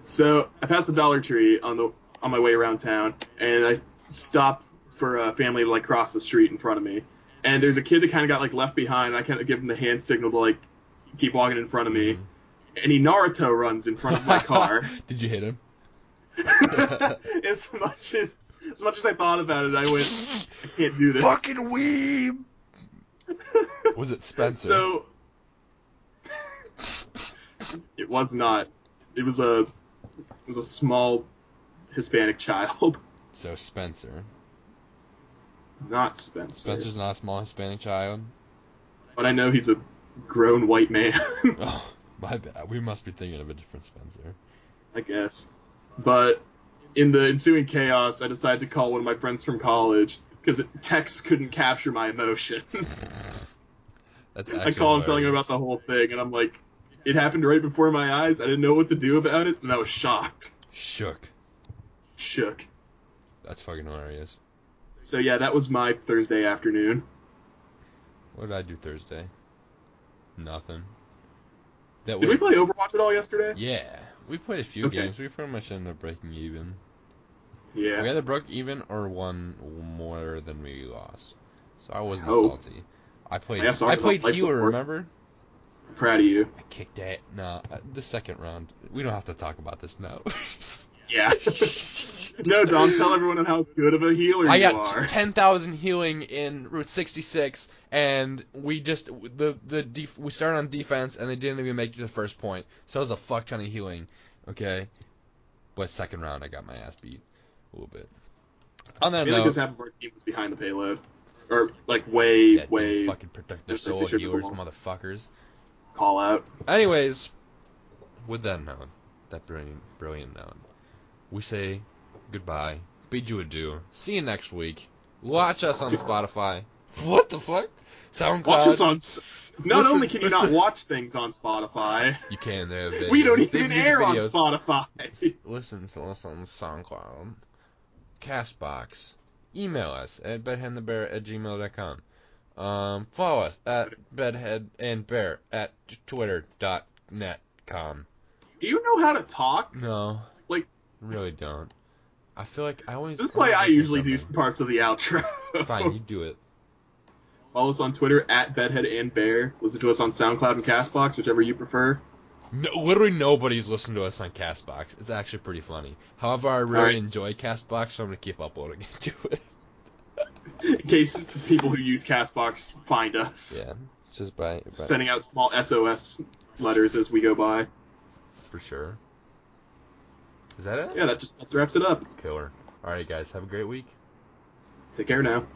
Speaker 1: So I passed the Dollar Tree on the on my way around town, and I stopped for a family to like cross the street in front of me. And there's a kid that kind of got like left behind. And I kind of give him the hand signal to like keep walking in front of me,
Speaker 2: Mhm.
Speaker 1: and he Naruto runs in front of my car.
Speaker 2: Did you hit him?
Speaker 1: as much as as much as I thought about it, I went, I can't do this.
Speaker 2: weeb. Was it Spencer?
Speaker 1: So it was not. It was a it was a small Hispanic child,
Speaker 2: So Spencer.
Speaker 1: not Spencer.
Speaker 2: Spencer's not a small Hispanic child.
Speaker 1: But I know he's a grown white man,
Speaker 2: Oh, my bad. We must be thinking of a different Spencer.
Speaker 1: I guess. But in the ensuing chaos, I decided to call one of my friends from college because text couldn't capture my emotion.
Speaker 2: That's
Speaker 1: I
Speaker 2: actually
Speaker 1: call him telling him about
Speaker 2: hilarious.
Speaker 1: the whole thing, and I'm like, it happened right before my eyes. I didn't know what to do about it, and I was shocked,
Speaker 2: shook.
Speaker 1: shook.
Speaker 2: That's fucking hilarious.
Speaker 1: So yeah, that was my Thursday afternoon.
Speaker 2: What did I do Thursday? Nothing. That
Speaker 1: Did we
Speaker 2: way-
Speaker 1: play Overwatch at all yesterday?
Speaker 2: Yeah, we played a few
Speaker 1: Okay.
Speaker 2: games. We pretty much ended up breaking even.
Speaker 1: Yeah.
Speaker 2: We either broke even or won more than we lost. So I wasn't
Speaker 1: Oh.
Speaker 2: salty. I played.
Speaker 1: Yeah, so I
Speaker 2: I
Speaker 1: was on
Speaker 2: played
Speaker 1: life
Speaker 2: Hewer.
Speaker 1: support.
Speaker 2: Remember?
Speaker 1: I'm proud of you.
Speaker 2: I kicked it. No, uh, the second round. We don't have to talk about this now.
Speaker 1: Yeah. no, Dom, tell everyone on how good of a healer
Speaker 2: I
Speaker 1: you
Speaker 2: got
Speaker 1: are.
Speaker 2: ten thousand healing in Route 66, and we just the the def- we started on defense, and they didn't even make it to the first point. So it was a fuck ton of healing. Okay, but second round I got my ass beat a little bit. On
Speaker 1: I
Speaker 2: that
Speaker 1: feel like
Speaker 2: note,
Speaker 1: this half of our team was behind the payload, or like way,
Speaker 2: yeah,
Speaker 1: way
Speaker 2: didn't fucking protect their
Speaker 1: Just they
Speaker 2: soul
Speaker 1: should be
Speaker 2: healers,
Speaker 1: wrong.
Speaker 2: motherfuckers.
Speaker 1: call out.
Speaker 2: Anyways, with that note, that brilliant, brilliant note, we say goodbye, bid you adieu, see you next week. Watch us on Spotify. What the fuck? SoundCloud.
Speaker 1: Watch us on. s- Not
Speaker 2: Listen-
Speaker 1: only can you not
Speaker 2: listen.
Speaker 1: watch things on Spotify,
Speaker 2: You can. They have videos.
Speaker 1: we don't
Speaker 2: They have
Speaker 1: even
Speaker 2: music
Speaker 1: air on
Speaker 2: videos.
Speaker 1: Spotify.
Speaker 2: Listen to us on SoundCloud, Castbox. Email us at bedheadandthebear at gmail.com. Um, follow us at bedhead and bear at twitter dot net com.
Speaker 1: Do you know how to talk?
Speaker 2: No.
Speaker 1: Like-
Speaker 2: really don't. I feel like I always.
Speaker 1: This is why I
Speaker 2: always say
Speaker 1: usually do
Speaker 2: something.
Speaker 1: parts of the outro.
Speaker 2: Fine, you do it.
Speaker 1: Follow us on Twitter at Bedhead and Bear. Listen to us on SoundCloud and Castbox, whichever you prefer.
Speaker 2: No, literally nobody's listened to us on Castbox. It's actually pretty funny. However, I really
Speaker 1: Alright.
Speaker 2: enjoy Castbox, so I'm gonna keep uploading it to it.
Speaker 1: In case people who use Castbox find us,
Speaker 2: Yeah, just by, by
Speaker 1: sending out small SOS letters as we go by.
Speaker 2: for sure. Is that it?
Speaker 1: Yeah, that just that wraps it up.
Speaker 2: Killer. All right, guys, have a great week.
Speaker 1: Take care now.